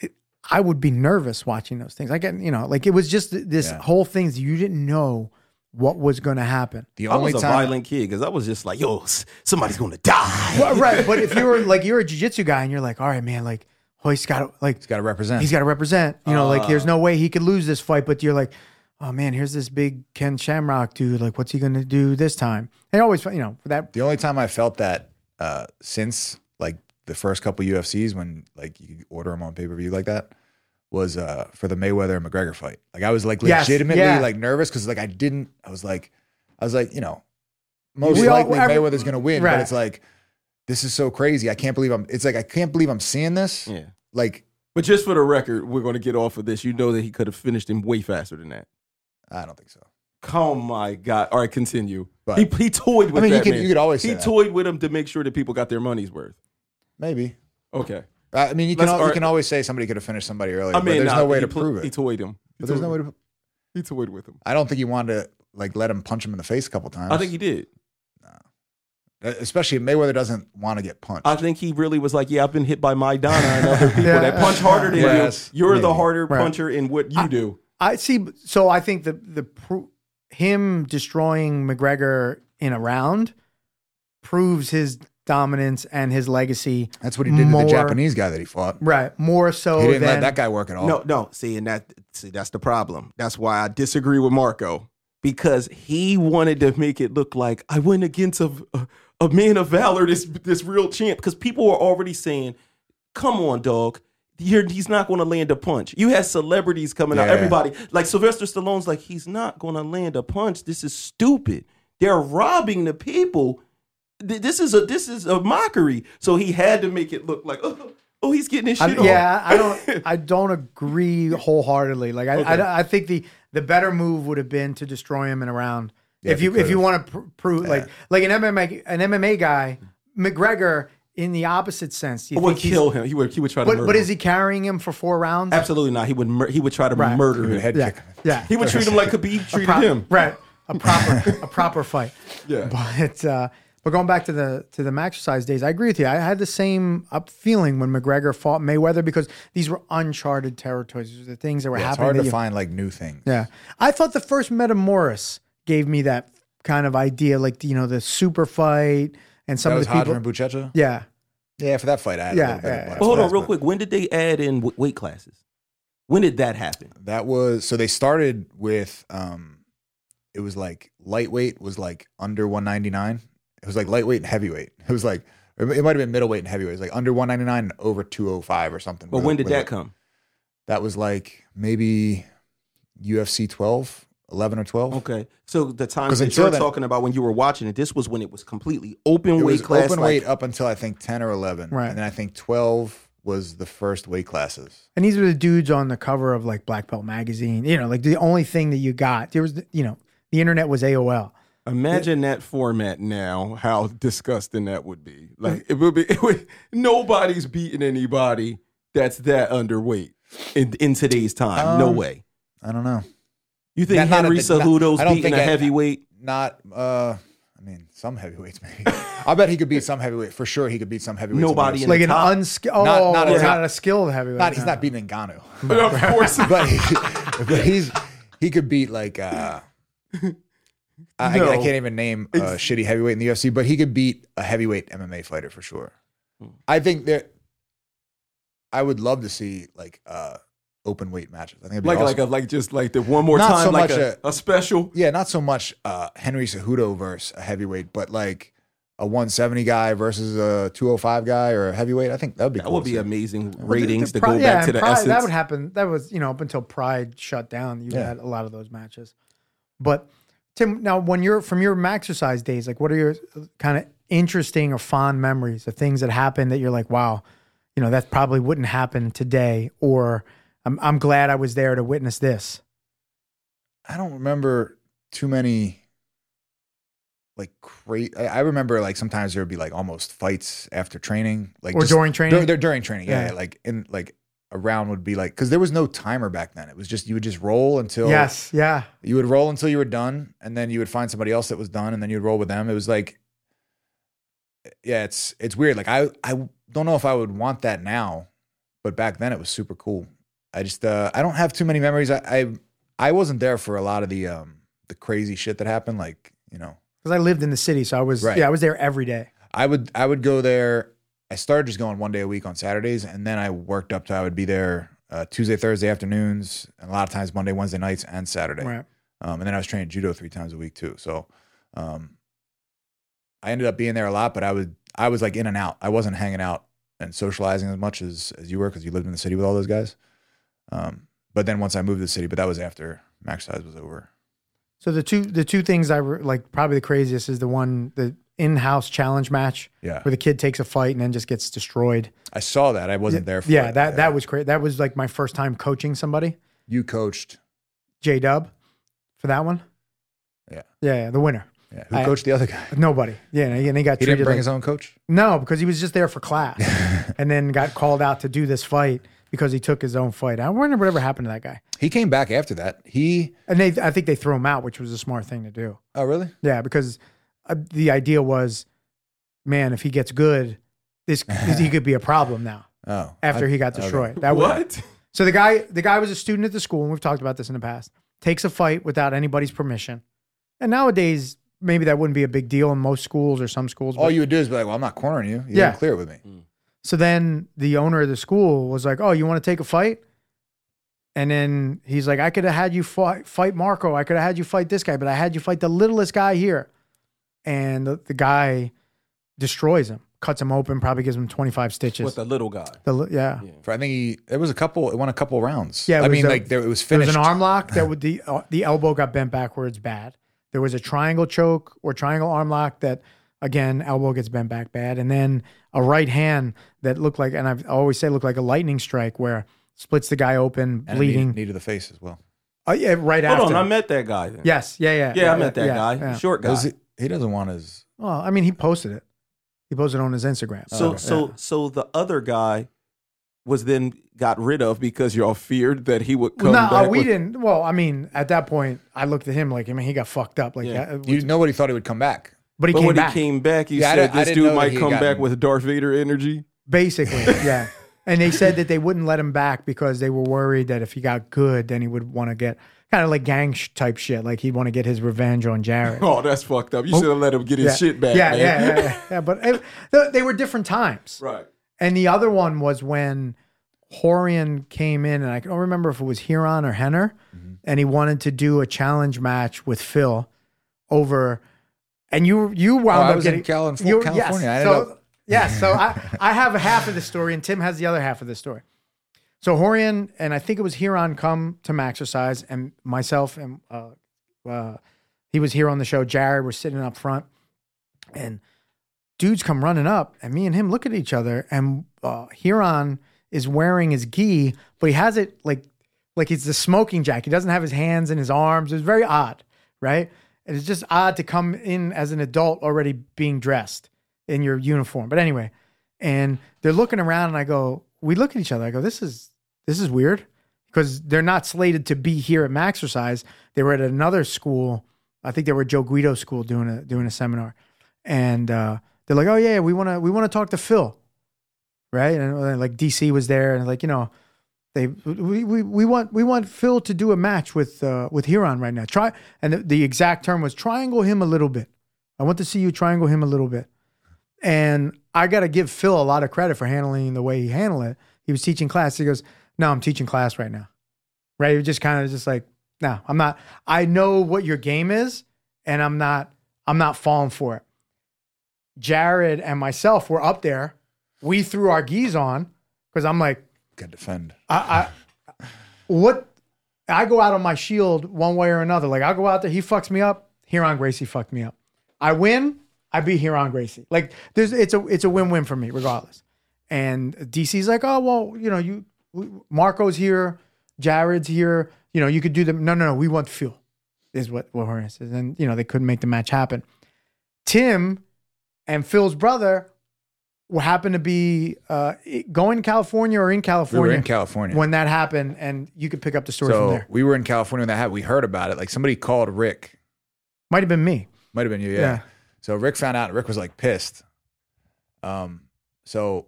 S2: it, I would be nervous watching those things. I get, you know, like it was just th- this
S3: Yeah.
S2: whole thing. that You didn't know what was going to happen.
S3: The
S5: I
S3: only
S5: was a
S3: time
S5: violent kid because I was just like, yo, s- somebody's gonna die.
S2: Well, right. But if you were like, you're a jujitsu guy and you're like, all right, man, like, Hoyt's got to, like,
S3: he's got to represent.
S2: he's got to represent. You know, like there's no way he could lose this fight. But you're like, oh man, here's this big Ken Shamrock dude. Like, what's he going to do this time? And always, you know, that
S3: The only time I felt that uh, since like the first couple UFCs when like you could order them on pay per view like that was uh, for the Mayweather and McGregor fight. Like I was like
S2: Yes,
S3: legitimately
S2: yeah.
S3: like nervous because like I didn't. I was like, I was like, you know, most
S2: We all-
S3: likely
S2: every-
S3: Mayweather's gonna win,
S2: Right.
S3: but it's like this is so crazy. I can't believe I'm. It's like I can't believe I'm seeing this.
S5: Yeah.
S3: Like
S5: But just for the record, we're gonna get off of this. You know that he could have finished him way faster than that.
S3: I don't think so.
S5: Oh my god! All right, continue.
S3: But-
S5: he he toyed with.
S3: I mean, you
S5: that
S3: could
S5: man.
S3: you could always say
S5: he
S3: that.
S5: toyed with him to make sure that people got their money's worth.
S3: maybe.
S5: Okay.
S3: I I mean, you can
S5: Let's
S3: al- you
S5: ar-
S3: can always say somebody could have finished somebody earlier.
S5: I mean,
S3: but there's
S5: nah,
S3: no way
S5: he
S3: to
S5: pl-
S3: prove it.
S5: He toyed him.
S3: but there's no way to.
S5: He toyed with him.
S3: I don't think he wanted to like let him punch him in the face a couple times. uh,
S5: I think he did.
S3: especially if Mayweather doesn't want to get punched.
S5: I think he really was like, yeah, I've been hit by my Donna
S3: <laughs>
S5: and other people
S2: Yeah.
S5: that punch harder than
S3: Yes,
S5: you. You're the
S3: maybe.
S5: harder
S2: Right.
S5: puncher in what you do.
S2: I see. So I think the the pro- him destroying McGregor in a round proves his dominance and his legacy.
S3: That's what he did to
S2: more-
S3: the Japanese guy that he fought.
S2: Right. More so
S3: he didn't
S2: than
S3: let that guy work at all.
S4: No, no. See, and that see, that's the problem. That's why I disagree with Marco because he wanted to make it look like <laughs> I went against a a, a man of valor, this this real champ. Because people were already saying, "Come on, dog." You're, he's not going to land a punch. You had celebrities coming out.
S3: Yeah.
S4: Everybody like Sylvester Stallone's like he's not going to land a punch. This is stupid. They're robbing the people. Th- This is a this is a mockery. So he had to make it look like oh, oh he's getting his
S2: I-
S4: shit off.
S2: yeah, I
S3: <laughs>
S2: don't. I don't agree wholeheartedly. Like I, I, I think the the better move would have been to destroy him in a round.
S3: Yeah,
S2: if
S3: if you
S2: you if
S3: could've.
S2: you want to pr- prove like like an MMA an MMA guy McGregor in the opposite sense.
S3: Oh,
S2: do You
S5: Would
S2: think he's,
S5: kill him. He would. He would try to.
S2: but
S5: murder
S2: but
S5: him.
S2: is he carrying him for four rounds?
S5: Absolutely not. He would. Mur- he would try to
S2: Right.
S5: murder
S3: Dude,
S5: him.
S3: head
S2: Yeah,
S3: kick.
S2: yeah.
S5: He would treat him like Khabib treated
S2: Pro-
S5: him.
S2: right. A
S3: <laughs>
S2: proper a proper fight.
S5: Yeah.
S2: But uh, but going back to the to the exercise days, I agree with you. I had the same up feeling when McGregor fought Mayweather because these were uncharted territories. These were the things that were
S3: Yeah, it's
S2: happening.
S3: hard
S2: that
S3: to
S2: you-
S3: find like new things.
S2: Yeah, I thought the first Metamoris gave me that kind of idea, like you know the super fight and some
S3: That
S2: of
S3: was
S2: the people.
S3: Hodger and Buchecha? Yeah.
S2: yeah,
S3: for that fight, I had
S2: Yeah,
S3: a little bit
S2: yeah,
S3: of
S2: yeah.
S3: butterflies,
S4: Well, hold on, real
S3: but
S4: quick. When did they add in w- weight classes? When did that happen?
S3: That was so they started with um, it was like lightweight was like under 199. It was like lightweight and heavyweight. <laughs> It was like or it might have been middleweight and heavyweight. It was like under 199 and over 205 or something.
S4: But
S3: With-
S4: when did
S3: with
S4: that
S3: it.
S4: come?
S3: That was like maybe UFC 12, 11 or 12.
S4: Okay, so the time
S3: 'Cause
S4: that
S3: until
S4: you're
S3: then-
S4: talking about when you were watching it, this was when it was completely open
S3: It
S4: weight
S3: was
S4: class.
S3: open
S4: like-
S3: weight up until I think ten or eleven,
S2: Right.
S3: And then I think twelve was the first weight classes.
S2: and these were the dudes on the cover of like Black Belt magazine. You know, like the only thing that you got there was you know the internet was AOL.
S5: Imagine that format now. How disgusting that would be. Like it would be. <laughs> It would, nobody's beating anybody that's that underweight.
S4: in, in today's time. no
S3: Um,
S4: way.
S3: I don't know.
S4: You think
S3: not- not at
S4: Henry
S3: the- not-
S4: Cejudo's
S3: I don't
S4: beating
S3: think
S4: a
S3: I-
S4: heavyweight?
S3: Not. uh I mean, some heavyweights
S4: <laughs>
S3: maybe. I bet he could beat some heavyweight for sure. He could beat some heavyweights.
S4: Nobody
S3: in
S4: in
S3: the
S2: like
S4: the
S2: an
S4: top.
S2: unskilled, oh,
S3: Not-
S2: not,
S3: not
S2: not,
S3: a top.
S2: a skilled
S3: UFC.
S2: heavyweight.
S3: Not- he's
S2: no.
S3: not beating
S5: <laughs>
S3: Ngannou, <laughs>
S5: But of course,
S3: but, he, but he's he could beat like. uh I, I can't even name a shitty heavyweight in the UFC, but he could beat a heavyweight MMA fighter for sure. I think that I would love to see like uh open weight matches. I think it'd be
S5: like
S3: awesome.
S5: like a, like just like the one more
S3: Not
S5: time,
S3: so
S5: like
S3: much
S5: a,
S3: a-
S5: a special.
S3: Yeah, not so much uh, Henry Cejudo versus a heavyweight, but like a 170 guy versus a 205 guy or a heavyweight. I think that would be
S4: That
S3: cool
S4: would
S3: to
S4: be
S3: see.
S4: amazing
S2: But the-
S4: ratings
S2: the
S4: to
S2: Pride-
S4: go
S2: yeah,
S4: back
S2: and
S4: to the
S2: Pride-
S4: essence.
S2: That would happen. That was you know up until Pride shut down. You
S3: Yeah.
S2: had a lot of those matches, but Tim, now when you're from your exercise days, like what are your uh, kind of interesting or fond memories of things that happened that you're like, wow, you know that probably wouldn't happen today, or I'm I'm glad I was there to witness this.
S3: I don't remember too many like crazy. I I remember like sometimes there would be like almost fights after training, like
S2: Or
S3: just-
S2: during training?
S3: Dur- dur- during training, yeah,
S2: Yeah.
S3: yeah, Like in like a round would be like because there was no timer back then. It was just you would just roll until
S2: yes, yeah,
S3: You would roll until you were done, and then you would find somebody else that was done, and then you'd roll with them. It was like, yeah, it's it's weird. Like I I don't know if I would want that now, but back then it was super cool. I just uh, I don't have too many memories. I, I I wasn't there for a lot of the um the crazy shit that happened. Like you know,
S2: because I lived in the city, so I was
S3: Right.
S2: yeah, I was there every day.
S3: I would I would go there. I started just going one day a week on Saturdays, and then I worked up to I would be there uh, Tuesday, Thursday afternoons, and a lot of times Monday, Wednesday nights, and Saturday.
S2: Right.
S3: Um, and then I was training judo three times a week too. So um, I ended up being there a lot, but I was I was like in and out. I wasn't hanging out and socializing as much as as you were because you lived in the city with all those guys. Um, but then once I moved to the city, but that was after max size was over.
S2: So the two the two things I re- like probably the craziest is the one the in-house challenge match
S3: Yeah,
S2: where the kid takes a fight and then just gets destroyed.
S3: I saw that. I wasn't there for
S2: yeah,
S3: it.
S2: that that was crazy. That was like my first time coaching somebody.
S3: you coached.
S2: J Dub for that one.
S3: Yeah.
S2: yeah, yeah, the winner.
S3: Yeah, who
S2: I-
S3: coached the other guy?
S2: Nobody. Yeah, and he- and he got
S3: He
S2: treated
S3: didn't bring
S2: like-
S3: his own coach.
S2: no because he was just there for
S3: <laughs>
S2: class, and then got called out to do this fight because he took his own fight. I wonder whatever happened to that guy.
S3: He came back after that. He
S2: And they, I think they threw him out, which was a smart thing to do.
S3: oh really?
S2: Yeah, because uh, the idea was, man, if he gets good,
S3: <laughs>
S2: this he could be a problem now.
S3: Oh,
S2: After
S3: I-
S2: he got
S3: okay.
S2: destroyed, that was-
S5: What?
S2: so the guy, the guy was a student at the school, and we've talked about this in the past. Takes a fight without anybody's permission, and nowadays maybe that wouldn't be a big deal in most schools or some schools.
S3: All
S2: but-
S3: Oh, you would do is be like, "Well, I'm not cornering you. You
S2: Yeah.
S3: didn't clear it with me."
S2: So then the owner of the school was like, "Oh, you want to take a fight?" And then he's like, "I could have had you fight, fight Marco. I could have had you fight this guy, but I had you fight the littlest guy here." And the, the guy destroys him, cuts him open, probably gives him twenty five stitches.
S5: With the little guy.
S2: The li- yeah.
S5: Yeah.
S3: For I think he there was a couple. It won a couple rounds.
S2: Yeah, it
S3: I
S2: was
S3: mean,
S2: a-
S3: like there it was
S2: There
S3: finished.
S2: was an arm lock that would the uh, the elbow got bent backwards bad. There was a triangle choke or triangle arm lock that again elbow gets bent back bad, and then a right hand that looked like and I've- I always say looked like a lightning strike where splits the guy open,
S3: and a knee-
S2: bleeding.
S3: knee, to the face as well.
S2: Uh, yeah, right
S5: Hold
S2: after.
S5: on, I met that guy. Then.
S2: yes, yeah, yeah,
S5: Yeah, I met that
S2: yeah,
S5: guy.
S2: yeah.
S5: Short guy.
S3: Was it- he doesn't want his.
S2: Well, I mean, he posted it. He posted it on his Instagram.
S4: So
S3: Okay.
S4: so so the other guy
S5: was then got rid of because y'all feared that he would come
S2: Well, no,
S5: back.
S2: uh, we
S5: with-
S2: didn't. Well, I mean, at that point, I looked at him like, I mean, he got fucked up. Like,
S5: Yeah.
S2: that-
S3: You, nobody thought he would come back.
S2: but he
S5: But
S2: came
S5: when
S2: back.
S5: he came back, you
S3: Yeah, I
S5: said
S3: didn't- I
S5: this
S3: didn't know
S5: dude
S3: that
S5: might
S3: he
S5: come
S3: got-
S5: back with Darth Vader energy. <laughs>
S2: Basically, yeah. And they said that they wouldn't let him back because they were worried that if he got good, then he would want to get kind of like gang sh- type shit. Like he'd want to get his revenge on Jared.
S5: <laughs> Oh, that's fucked up. You should have let him get his
S2: yeah.
S5: shit back.
S2: yeah,
S5: man.
S2: yeah, yeah, yeah, yeah. But it, th- they were different times.
S5: <laughs> Right.
S2: And the other one was when Horian came in, and I don't remember if it was Huron or Henner,
S3: Mm-hmm.
S2: and he wanted to do a challenge match with Phil over. And you you wound
S3: Oh, I
S2: up
S3: was in
S2: getting
S3: Calif-
S2: you-
S3: California. I
S2: Yes,
S3: ended
S2: so yes, so
S3: <laughs>
S2: I I have half of the story, and Tim has the other half of the story. So Horian and I think it was Huron come to Maxercise, and myself and uh, uh, he was here on the show. Jared was sitting up front, and dudes come running up, and me and him look at each other, and uh, Huron is wearing his gi, but he has it like like it's the smoking jacket. He doesn't have his hands in his arms. It's very odd, right? And it's just odd to come in as an adult already being dressed in your uniform. But anyway, and they're looking around, and I go, we look at each other. I go, this is this is weird because they're not slated to be here at Maxercise. They were at another school. I think they were at Joe Guido school doing a doing a seminar, and uh, they're like, "Oh yeah, we want to we want to talk to Phil, right?" And uh, like DC was there, and like you know, they we, we we want we want Phil to do a match with uh, with Huron right now. Try and the, the exact term was triangle him a little bit. I want to see you triangle him a little bit. And I got to give Phil a lot of credit for handling the way he handled it. He was teaching class. He goes, "No, I'm teaching class right now." Right? He was just kind of just like, "No, I'm not. I know what your game is, and I'm not. I'm not falling for it." Jared and myself were up there. We threw our geese on because I'm like,
S3: Could defend.
S2: I, I- what I go out on my shield one way or another. Like I'll go out there, he fucks me up. Heron Gracie fucked me up. I win, I beat Heron Gracie. Like there's it's a it's a win-win for me, regardless. And DC's like, oh well, you know, you Marco's here, Jared's here, you know, you could do them. No, no, no, we want fuel, is what what Horan says. And you know, they couldn't make the match happen. Tim and Phil's brother were- happened to be uh, going to California or in
S3: We
S2: California
S3: were in California.
S2: when that happened, and you could pick up the story from
S3: so
S2: there.
S3: we were in California when that happened. We heard about it. Like somebody called Rick.
S2: Might have been me.
S3: Might have been you. Yeah.
S2: Yeah.
S3: So Rick found out. Rick was like pissed. Um. So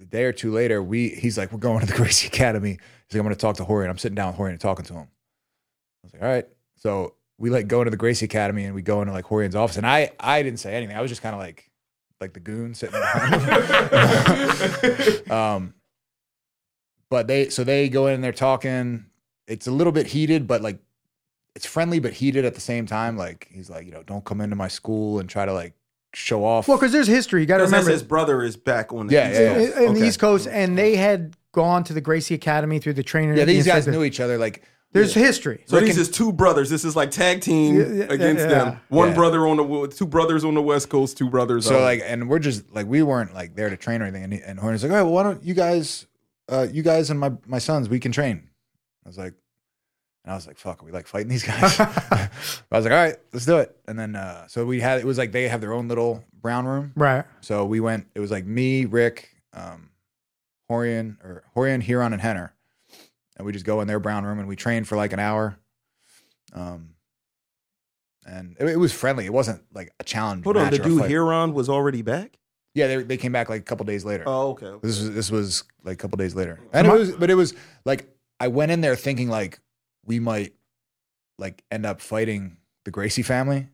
S3: a day or two later, we he's like, we're going to the Gracie Academy. He's like, I'm going to talk to Horian. I'm sitting down with Horian and talking to him. I was like, all right. So we like go into the Gracie Academy and we go into like Horian's office, and I I didn't say anything. I was just kind of like like the goon sitting.
S1: <laughs>
S3: <laughs> Behind him. um, but they so they go in and they're talking. It's a little bit heated, but like it's friendly but heated at the same time. Like he's like, you know, don't come into my school and try to like show off.
S2: Well, because there's history. You got to
S4: Because
S2: remember.
S4: his brother is back on the
S3: Yeah,
S4: East
S3: yeah,
S2: in
S3: yeah.
S4: Coast.
S2: in the
S4: Okay.
S2: East Coast, and they had gone to the Gracie Academy through the trainer.
S3: yeah,
S2: at the
S3: these guys
S2: Institute.
S3: knew each other. Like
S2: There's history.
S4: So
S3: Rick
S4: these
S3: and-
S4: is two brothers. This is like tag team.
S2: Yeah, yeah,
S5: against
S2: yeah.
S5: them. One
S3: Yeah.
S5: brother on the w- two brothers on the West Coast, two brothers.
S3: So
S5: on-
S3: like, and we're just like, we weren't like there to train or anything. And, he- and Horner's like, all right, well, why don't you guys, uh, you guys and my my sons, we can train. I was like, and I was like, fuck, are we like fighting these guys? <laughs> I was like, all right, let's do it. And then uh, so we had it was like they have their own little brown room.
S2: Right.
S3: So we went. It was like me, Rick, um, Horian or Horian, Huron, and Henner, and we just go in their brown room and we trained for like an hour. Um, and it, it was friendly. It wasn't like a challenge.
S4: Hold on,
S3: match
S4: the
S3: or a
S4: dude
S3: fight.
S4: Huron was already back.
S3: Yeah, they, they came back like a couple days later.
S4: Oh, okay. okay.
S3: This was this was like a couple days later, and it
S2: Am I-
S3: was but it was like I went in there thinking like we might like end up fighting the Gracie family,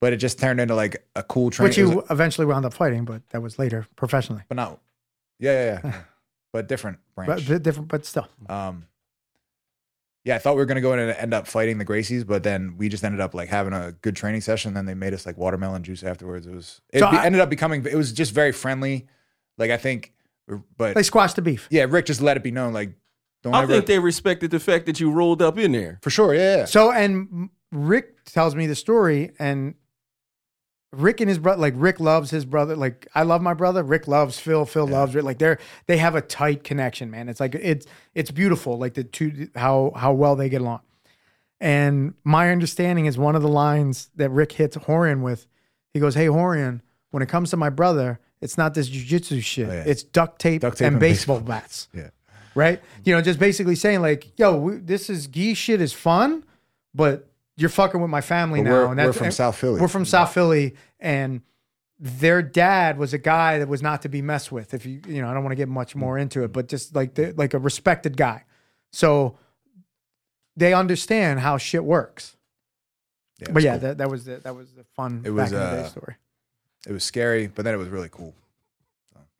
S3: but it just turned into like a cool train.
S2: Which
S3: it was
S2: you eventually wound up fighting, but that was later professionally.
S3: but not yeah yeah
S2: <laughs>
S3: yeah but different branch
S2: But but different, but still.
S3: um yeah i thought we were going to go in and end up fighting the gracies but then we just ended up like having a good training session then they made us like watermelon juice afterwards it was it
S2: So
S3: be-
S2: I-
S3: ended up becoming it was just very friendly like i think but
S2: They squashed the beef.
S3: yeah rick just let it be known like don't
S5: I
S3: ever
S5: think they respected the fact that you rolled up in there.
S3: for sure yeah, yeah.
S2: So, and Rick tells me the story, and Rick and his brother, like Rick loves his brother, like I love my brother. Rick loves Phil. Phil loves Rick. Like they're they have a tight connection, man. It's like it's it's beautiful, like the two how how well they get along. And my understanding is one of the lines that Rick hits Horian with. He goes, "Hey Horian, when it comes to my brother, it's not this jujitsu shit.
S3: Oh, yeah.
S2: It's duct tape,
S3: Duct tape
S2: and,
S3: and
S2: baseball,
S3: baseball
S2: bats."
S3: Yeah.
S2: Right? You know, just basically saying like, "Yo, we, this is gi shit is fun, but you're fucking with my family now."
S3: But we're,
S2: and
S3: we're
S2: that's-
S3: from
S2: and-
S3: south philly
S2: we're from South Philly, and their dad was a guy that was not to be messed with. If you, you know, I don't want to get
S3: Mm.
S2: much more into it, but just like the, like a respected guy. So they understand how shit works.
S3: yeah, it
S2: But
S3: was
S2: yeah,
S3: cool.
S2: that, that was the, that was the fun
S3: It
S2: back
S3: was,
S2: in the day
S3: uh,
S2: story.
S3: it was scary but then it was really cool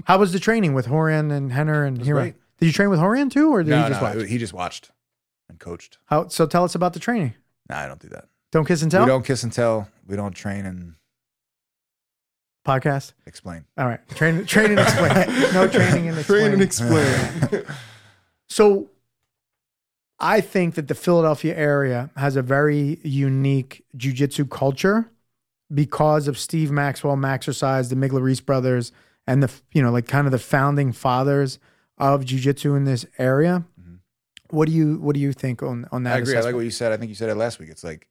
S2: How was the training with Horian and Henner and
S3: was
S2: Hero?
S3: great.
S2: Did you train with Horian too, or did
S3: no,
S2: he just
S3: no,
S2: watch?
S3: it- he just watched and coached
S2: How, so tell us about the training.
S3: nah i don't do that
S2: Don't kiss and tell
S3: we don't kiss and tell we don't train and
S2: podcast.
S3: explain
S2: All right, train, train and explain.
S3: <laughs>
S2: no training and explain.
S5: Train and explain.
S2: <laughs> So I think that the Philadelphia area has a very unique jujitsu culture because of Steve Maxwell, Maxercise, the Miglerese brothers, and the you know like kind of the founding fathers of jujitsu in this area. What do you what do you think on on that?
S3: Mm-hmm. I agree. I like
S2: assessment?
S3: what you said. I think you said it last week. It's like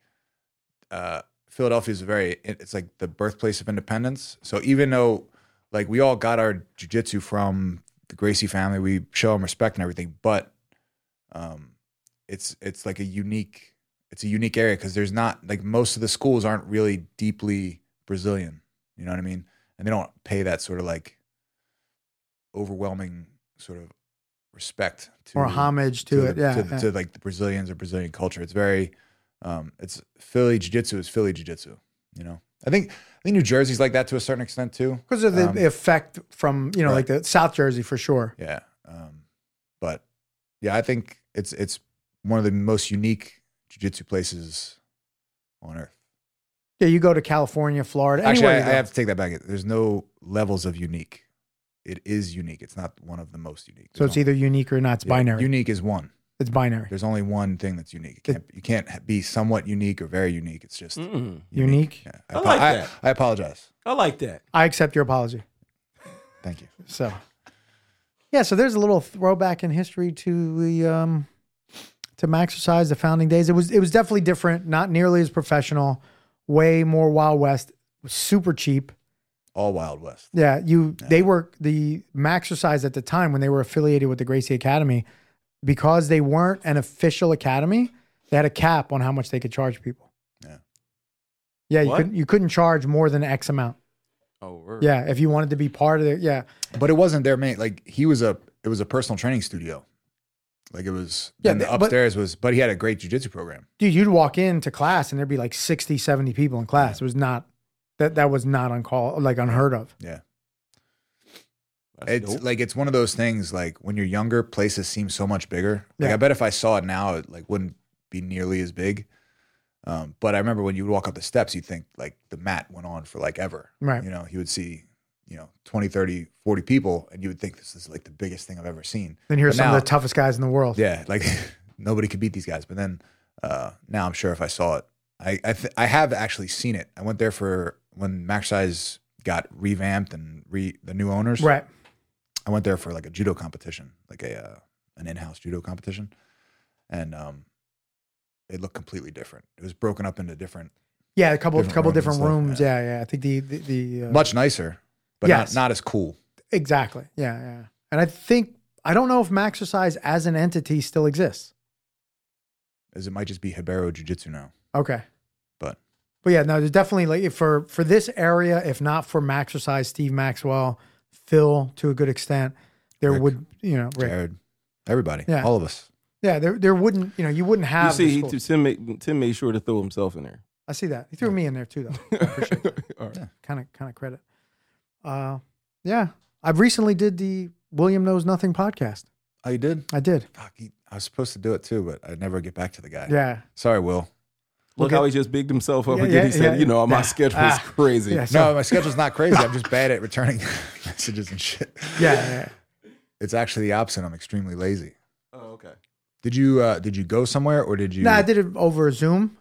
S3: uh, Philadelphia is very. it- It's like the birthplace of independence. So even though, like, we all got our jujitsu from the Gracie family, we show them respect and everything. But um, it's it's like a unique. It's a unique area because there's not like most of the schools aren't really deeply Brazilian. You know what I mean? And they don't pay that sort of like overwhelming sort of respect to
S2: or homage to, it.
S3: the-
S2: yeah,
S3: to, the-
S2: yeah.
S3: to, like the Brazilians or Brazilian culture. It's very, um, it's Philly Jiu Jitsu is Philly Jiu Jitsu. You know, I think I think New Jersey's like that to a certain extent too.
S2: because of the
S3: um,
S2: effect from you know like
S3: right.
S2: the South Jersey for sure.
S3: Yeah, um, but yeah, I think it's it's one of the most unique Jiu Jitsu places on earth.
S2: Yeah, you go to California, Florida.
S3: Actually,
S2: anywhere
S3: I,
S2: you
S3: I
S2: go.
S3: have to take that back. There's no levels of unique. It is unique. It's not one of the most unique.
S2: so it's either unique or not. It's binary.
S3: Unique is one.
S2: it's binary.
S3: There's only one thing that's unique. It can't, you can't be somewhat unique or very unique. It's just
S5: Mm,
S2: Unique.
S3: Yeah,
S5: I like
S3: I,
S5: that.
S3: I apologize.
S5: I like that.
S2: I accept your apology.
S3: Thank you.
S2: So, yeah. So there's a little throwback in history to the um, to Maxercise, the founding days. It was it was definitely different, not nearly as professional, way more Wild West, super cheap.
S3: All Wild West.
S2: Yeah, you they were the Maxercise at the time when they were affiliated with the Gracie Academy, because they weren't an official academy. They had a cap on how much they could charge people.
S3: Yeah.
S2: Yeah, you
S5: What?
S2: couldn't you couldn't charge more than X amount.
S5: Oh, word.
S2: Yeah, if you wanted to be part of it, yeah.
S3: but it wasn't their main. Like he was a, it was a personal training studio. Like it was,
S2: Yeah,
S3: yeah. And the
S2: th- but-
S3: upstairs was, but he had a great jujitsu program.
S2: Dude, you'd walk into class and there'd be like 60, 70 people in class. It was not that that was not uncalled like unheard of.
S3: It's like it's one of those things. Like when you're younger, places seem so much bigger. Like
S2: Yeah.
S3: I bet if I saw it now, it like wouldn't be nearly as big. Um, but I remember when you would walk up the steps, you'd think like the mat went on for like ever.
S2: Right.
S3: You know, you would see, you know, 20, 30, 40 people, and you would think this is like the biggest thing I've ever seen.
S2: Then here's
S3: But
S2: some
S3: now-
S2: of the toughest guys in the world.
S3: Yeah, like <laughs> nobody could beat these guys. But then uh, now I'm sure if I saw it, I I, th- I have actually seen it. I went there for when Max Size got revamped and re the new owners.
S2: Right.
S3: I went there for like a judo competition, like a uh, an in-house judo competition, and um, it looked completely different. It was broken up into different,
S2: Yeah, a couple
S3: Different
S2: couple
S3: rooms and
S2: different
S3: stuff,
S2: rooms.
S3: yeah.
S2: Yeah. yeah, I think the the, the uh,
S3: much nicer, but
S2: Yes.
S3: not not as cool.
S2: exactly. Yeah, yeah. And I think I don't know if Maxercise as an entity still exists.
S3: As it might just be Hibero Jiu Jitsu now.
S2: Okay.
S3: But-
S2: but yeah, no, there's definitely like if for for this area, if not for Maxercise, Steve Maxwell, Phil to a good extent, there
S3: Rick.
S2: would you know Rick.
S3: Jared, everybody,
S2: Yeah.
S3: all of us.
S2: Yeah, there there wouldn't you know you wouldn't
S5: You
S2: have. the
S5: see, he,
S2: school.
S5: Tim, made, Tim made sure to throw himself in there. <laughs>
S2: I see that he threw me in there too, though. <laughs>
S5: All right.
S2: Kind of kind of credit. Uh, yeah, I recently did the William Knows Nothing podcast.
S3: Oh, you did?
S2: I did.
S3: Fuck, he, I was supposed to do it too, but I never get back to the guy.
S2: Yeah,
S3: Sorry, Will.
S5: Look
S2: at-
S5: how he just bigged himself up
S2: Yeah,
S5: again. he
S2: yeah,
S5: said,
S2: yeah.
S5: "You know, my
S2: Yeah.
S5: schedule's
S2: Ah.
S5: crazy."
S2: yeah, so,
S3: No, my schedule's not crazy. I'm
S2: <laughs>
S3: just bad at returning <laughs> messages and shit.
S2: yeah, yeah.
S3: It's actually the opposite. I'm extremely lazy.
S5: Oh, okay.
S3: Did you uh, did you go somewhere or did you?
S2: No, I did it over Zoom.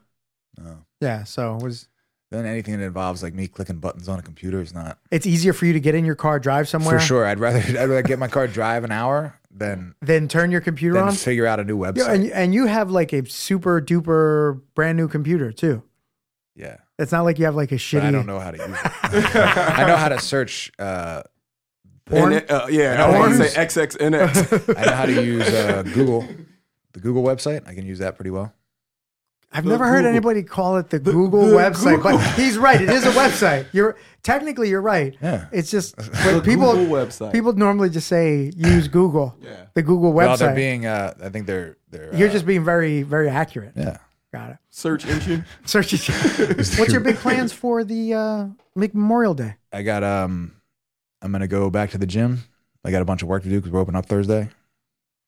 S3: Oh.
S2: Yeah, so it was.
S3: Then anything that involves like me clicking buttons on a computer is not
S2: It's easier for you to get in your car, drive somewhere,
S3: for sure. I'd rather <laughs> I'd rather get my car drive an hour than
S2: than turn your computer
S3: than
S2: on.
S3: figure out a new website.
S2: Yeah,
S3: Yeah,
S2: and and you have like a super duper brand new computer too. It's not like you have like a
S3: but
S2: shitty.
S3: I don't know how to use it. <laughs> I know how to search. Uh,
S2: Porn?
S5: And, uh, yeah,
S3: I
S5: I want
S3: don't
S5: to
S3: use-
S5: say
S2: <laughs>
S5: XXNX.
S3: I know how to use uh, Google, the Google website. I can use that pretty well.
S2: I've
S5: The
S2: never heard
S5: Google.
S2: anybody call it the, Google
S5: the
S2: website, but
S5: Google.
S2: he's right. It is a website. You're technically you're right.
S3: Yeah.
S2: It's
S3: <laughs>
S2: just but people
S5: Google website.
S2: people normally just say use Google.
S5: Yeah.
S2: The Google
S3: Well,
S2: website.
S3: they're being. Uh, I think they're they're.
S2: you're
S3: uh,
S2: just being very very accurate.
S3: yeah.
S2: Got it.
S5: Search engine.
S3: <laughs>
S2: Search. <laughs> What's your big plans for the uh, Make Memorial Day?
S3: I got um I'm gonna go back to the gym. I got a bunch of work to do because we're open up Thursday.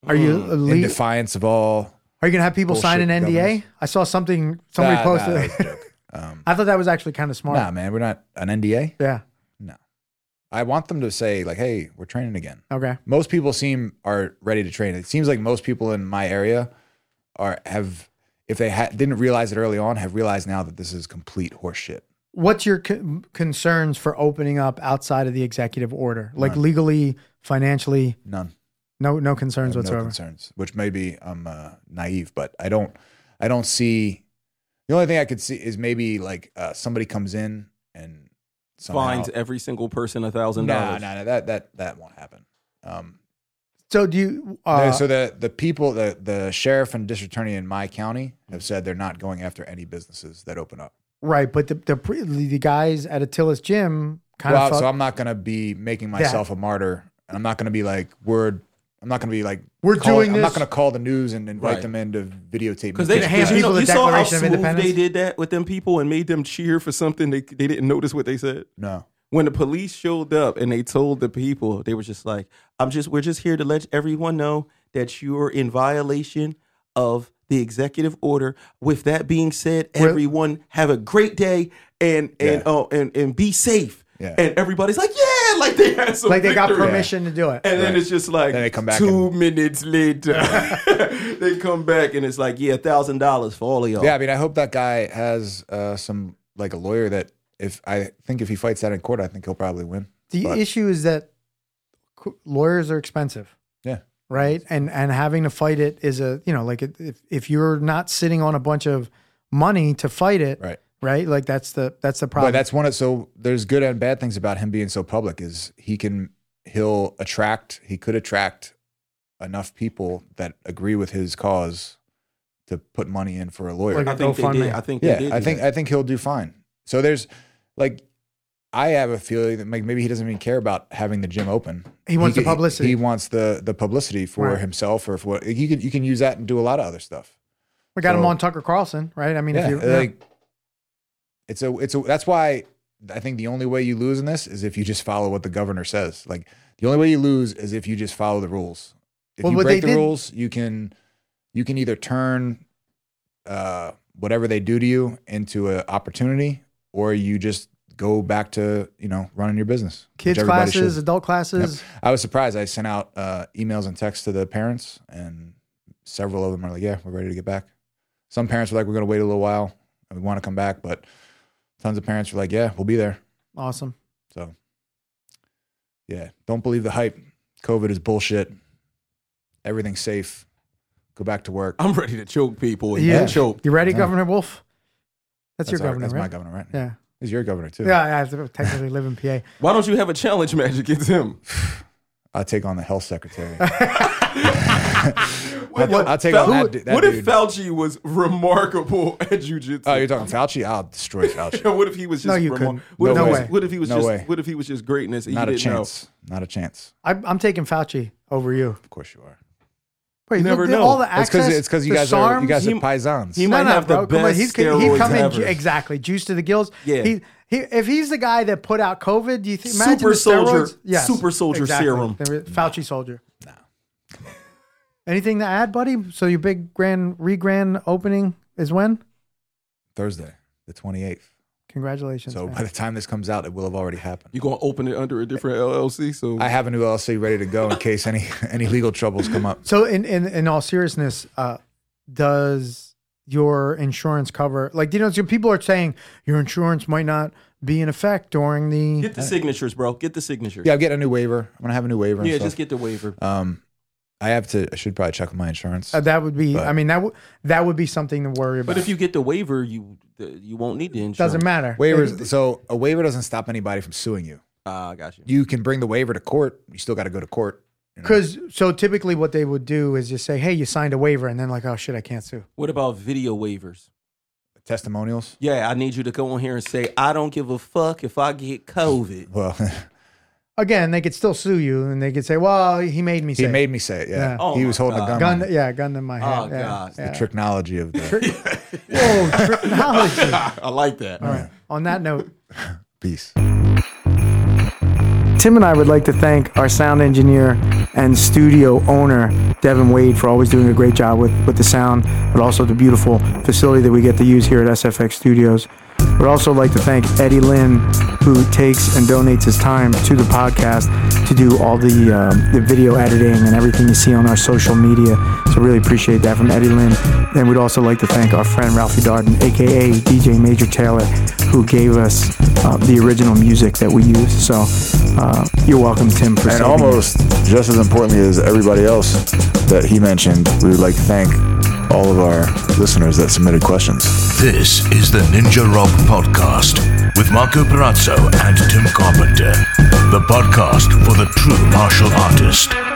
S2: Are you
S5: Mm.
S2: a
S3: In
S2: lead-
S3: defiance of all
S2: Are you gonna have people sign an
S3: bullshit
S2: NDA?
S3: governments.
S2: I saw something somebody
S3: Nah, nah,
S2: posted.
S3: that was a joke. Um,
S2: I thought that was actually kind of smart.
S3: nah, man, we're not an NDA.
S2: Yeah.
S3: I want them to say like, "Hey, we're training again."
S2: Okay.
S3: Most people seem are ready to train. It seems like most people in my area are have if they ha- didn't realize it early on, have realized now that this is complete horseshit.
S2: What's your con- concerns for opening up outside of the executive order, like legally, financially?
S3: None,
S2: No, no
S3: I
S2: concerns
S3: have no
S2: whatsoever.
S3: concerns. Which maybe I'm uh, naive, but I don't, I don't see. The only thing I could see is maybe like uh, somebody comes in and somehow,
S5: Finds every single person a thousand
S3: No, no,
S5: dollars.
S3: no, that that that won't happen. Um,
S2: So do you? Uh,
S3: so the the people, the the sheriff and district attorney in my county have said they're not going after any businesses that open up.
S2: right, but the the, pre- the guys at Attila's gym kind
S3: Well,
S2: of
S3: so I'm not going to be making myself a martyr, and I'm not going to be like we're. I'm not going to be like
S2: We're
S3: call-
S2: doing
S3: I'm
S2: this-
S3: not going to call the news and invite
S5: Right.
S3: them in to videotape
S5: Because
S3: me.
S5: they
S2: Gonna hand
S5: you,
S2: people
S5: know,
S2: the
S5: you saw how
S2: Declaration of
S5: smooth
S2: Independence?
S5: they did that with them people and made them cheer for something they they didn't notice what they said.
S3: no.
S5: When the police showed up and they told the people, they were just like, "I'm just we're just here to let everyone know that you're in violation of the executive order." With that being said,
S2: Well-
S5: everyone have a great day and and
S3: Yeah.
S5: oh and and be safe.
S3: Yeah.
S5: And everybody's like, "Yeah!" <laughs> Like they had some
S2: like they got
S5: victory.
S2: permission to do it.
S5: And then
S3: Right.
S5: it's just like
S3: Then they come back
S5: two
S3: and-
S5: minutes later. <laughs> they come back and it's like, yeah, thousand dollars for all of y'all.
S3: Yeah, I mean, I hope that guy has uh, some like a lawyer that if I think if he fights that in court, I think he'll probably win.
S2: The
S3: But-
S2: issue is that qu- lawyers are expensive.
S3: Yeah.
S2: Right. And and having to fight it is a you know like it, if if you're not sitting on a bunch of money to fight it,
S3: Right.
S2: Right. Like that's the that's the
S3: But
S2: problem.
S3: that's one of so there's good and bad things about him being so public is he can he'll attract he could attract enough people that agree with his cause to put money in for a lawyer.
S2: Like
S5: I think they
S2: GoFundMe.
S5: did. I think they
S3: yeah,
S5: did.
S3: I
S5: do
S3: think
S5: that.
S3: I think he'll do fine. So there's like I have a feeling that like, maybe he doesn't even care about having the gym open.
S2: He wants the
S3: could-
S2: publicity.
S3: He wants the the publicity for
S2: Right.
S3: himself or for what you can you can use that and do a lot of other stuff.
S2: We got him
S3: So-
S2: on Tucker Carlson, right? I mean,
S3: yeah,
S2: if you
S3: like it's a it's a that's why I think the only way you lose in this is if you just follow what the governor says. Like the only way you lose is if you just follow the rules. If
S2: Well,
S3: you
S2: what they
S3: break the
S2: did-
S3: rules, you can you can either turn uh, whatever they do to you into an opportunity, or you just go back to you know running your business. which
S2: kids
S3: everybody should.
S2: classes, adult classes.
S3: I was surprised. I sent out uh, emails and texts to the parents, and several of them are like, "Yeah, we're ready to get back." Some parents were like, "We're going to wait a little while. And we want to come back," but tons of parents were like, "Yeah, we'll be there."
S2: Awesome.
S3: So, yeah, don't believe the hype. COVID is bullshit. Everything's safe. Go back to
S2: Oh,
S3: work.
S5: I'm ready to choke people and
S2: Yeah.
S5: get choked.
S2: You ready,
S3: Yeah.
S2: Governor Wolf? That's, your
S3: our-
S2: governor,
S3: That's
S2: right?
S3: my governor, right?
S2: yeah.
S3: He's your governor too.
S2: Yeah, I have to technically live in PA.
S5: Why don't you have a challenge match against him?
S3: I take on the
S2: <laughs>
S3: health secretary.
S5: What,
S3: I'll take
S5: Fel-
S3: on that du- that
S5: What if
S3: dude.
S5: Fauci was remarkable <laughs> at jujitsu?
S3: oh, you're talking Fauci? I'll
S2: <laughs>
S3: destroy Fauci.
S5: what if he was just
S2: No, you
S5: remar-
S2: couldn't.
S5: What,
S2: No
S5: if he was-
S2: way.
S5: what if he was
S3: No
S5: just
S3: way.
S5: what if he was just greatness? and
S3: Not
S5: you
S3: a
S5: didn't know?
S3: chance. Not a chance.
S2: I'm, I'm taking Fauci over you.
S3: Of course you are.
S2: Wait,
S5: You
S2: look,
S5: never
S2: the-
S5: know.
S2: All the
S3: It's
S2: access,
S3: because it's because you
S2: the
S3: guys are you
S2: SARMs.
S3: guys
S5: He-
S3: are paisans.
S5: he
S2: No,
S5: might
S2: no,
S5: have the
S2: bro, come on,
S5: best
S2: he's, could-
S5: steroids
S2: He'd come in
S5: ever.
S2: ju- exactly juice to the gills.
S5: Yeah.
S2: He, he, if he's the guy that put out COVID, do you think? imagine
S5: Super
S2: the
S5: soldier-
S2: steroids? Yes,
S5: super soldier
S2: exactly.
S5: serum.
S2: There is- Fauci soldier. No. <laughs> Anything to add, buddy? So your big grand re-grand opening is when?
S3: Thursday, the 28th.
S2: Congratulations.
S3: So
S2: man.
S3: by the time this comes out, it will have already happened.
S5: You gonna open it under a different LLC? So
S3: I have a new LLC ready to go in case any <laughs> any legal troubles come up.
S2: So in in, in all seriousness, uh, does your insurance cover like you know so people are saying your insurance might not be in effect during the
S5: get the signatures, bro. Get the signatures.
S3: <laughs> Yeah, I'm getting a new waiver. I'm gonna have a new waiver. And
S5: yeah.
S3: stuff.
S5: Just get the waiver.
S3: Um, I have to. I should probably check with my insurance.
S2: uh, that would be I
S3: But-
S2: mean that would that would be something to worry about.
S5: But if you get the waiver, you the, you won't need the insurance.
S2: doesn't matter.
S3: Waivers. So a waiver doesn't stop anybody from suing you.
S5: Ah, I got you.
S3: You can bring the waiver to court. You still got to go to court.
S2: Because so typically what they would do is just say, "Hey, you signed a waiver," and then like, "Oh shit, I can't sue."
S5: What about video waivers?
S3: Testimonials.
S5: Yeah, I need you to go on here and say I don't give a fuck if I get COVID.
S3: Well, <laughs>
S2: Again, they could still sue you, and they could say, "Well, he made me
S3: he
S2: say it."
S3: made me say it. Yeah,
S2: Yeah.
S5: Oh
S3: he
S5: my
S3: was holding
S5: God.
S3: a gun.
S2: gun."
S3: on me.
S2: Yeah, gun in my head.
S5: Oh,
S2: yeah,
S5: God.
S2: yeah.
S3: Technology of the
S2: Whoa, technology.
S5: <laughs>
S2: <laughs>
S5: I like that.
S2: All right. Oh, On that note.
S3: peace.
S2: Tim and I would like to thank our sound engineer and studio owner, Devin Wade, for always doing a great job with, with the sound, but also the beautiful facility that we get to use here at SFX Studios. We'd also like to thank Eddie Lynn, who takes and donates his time to the podcast to do all the, um, the video editing and everything you see on our social media. So, really appreciate that from Eddie Lynn. And we'd also like to thank our friend Ralphie Darden, aka DJ Major Taylor, who gave us uh, the original music that we use. So, uh, you're welcome, Tim. For
S6: And
S2: saving
S6: almost just as importantly as everybody else that he mentioned, we would like to thank all of our listeners that submitted questions.
S1: This is the Ninja Rock Podcast with Marco Perazzo and Tim Carpenter. The podcast for the true martial artist.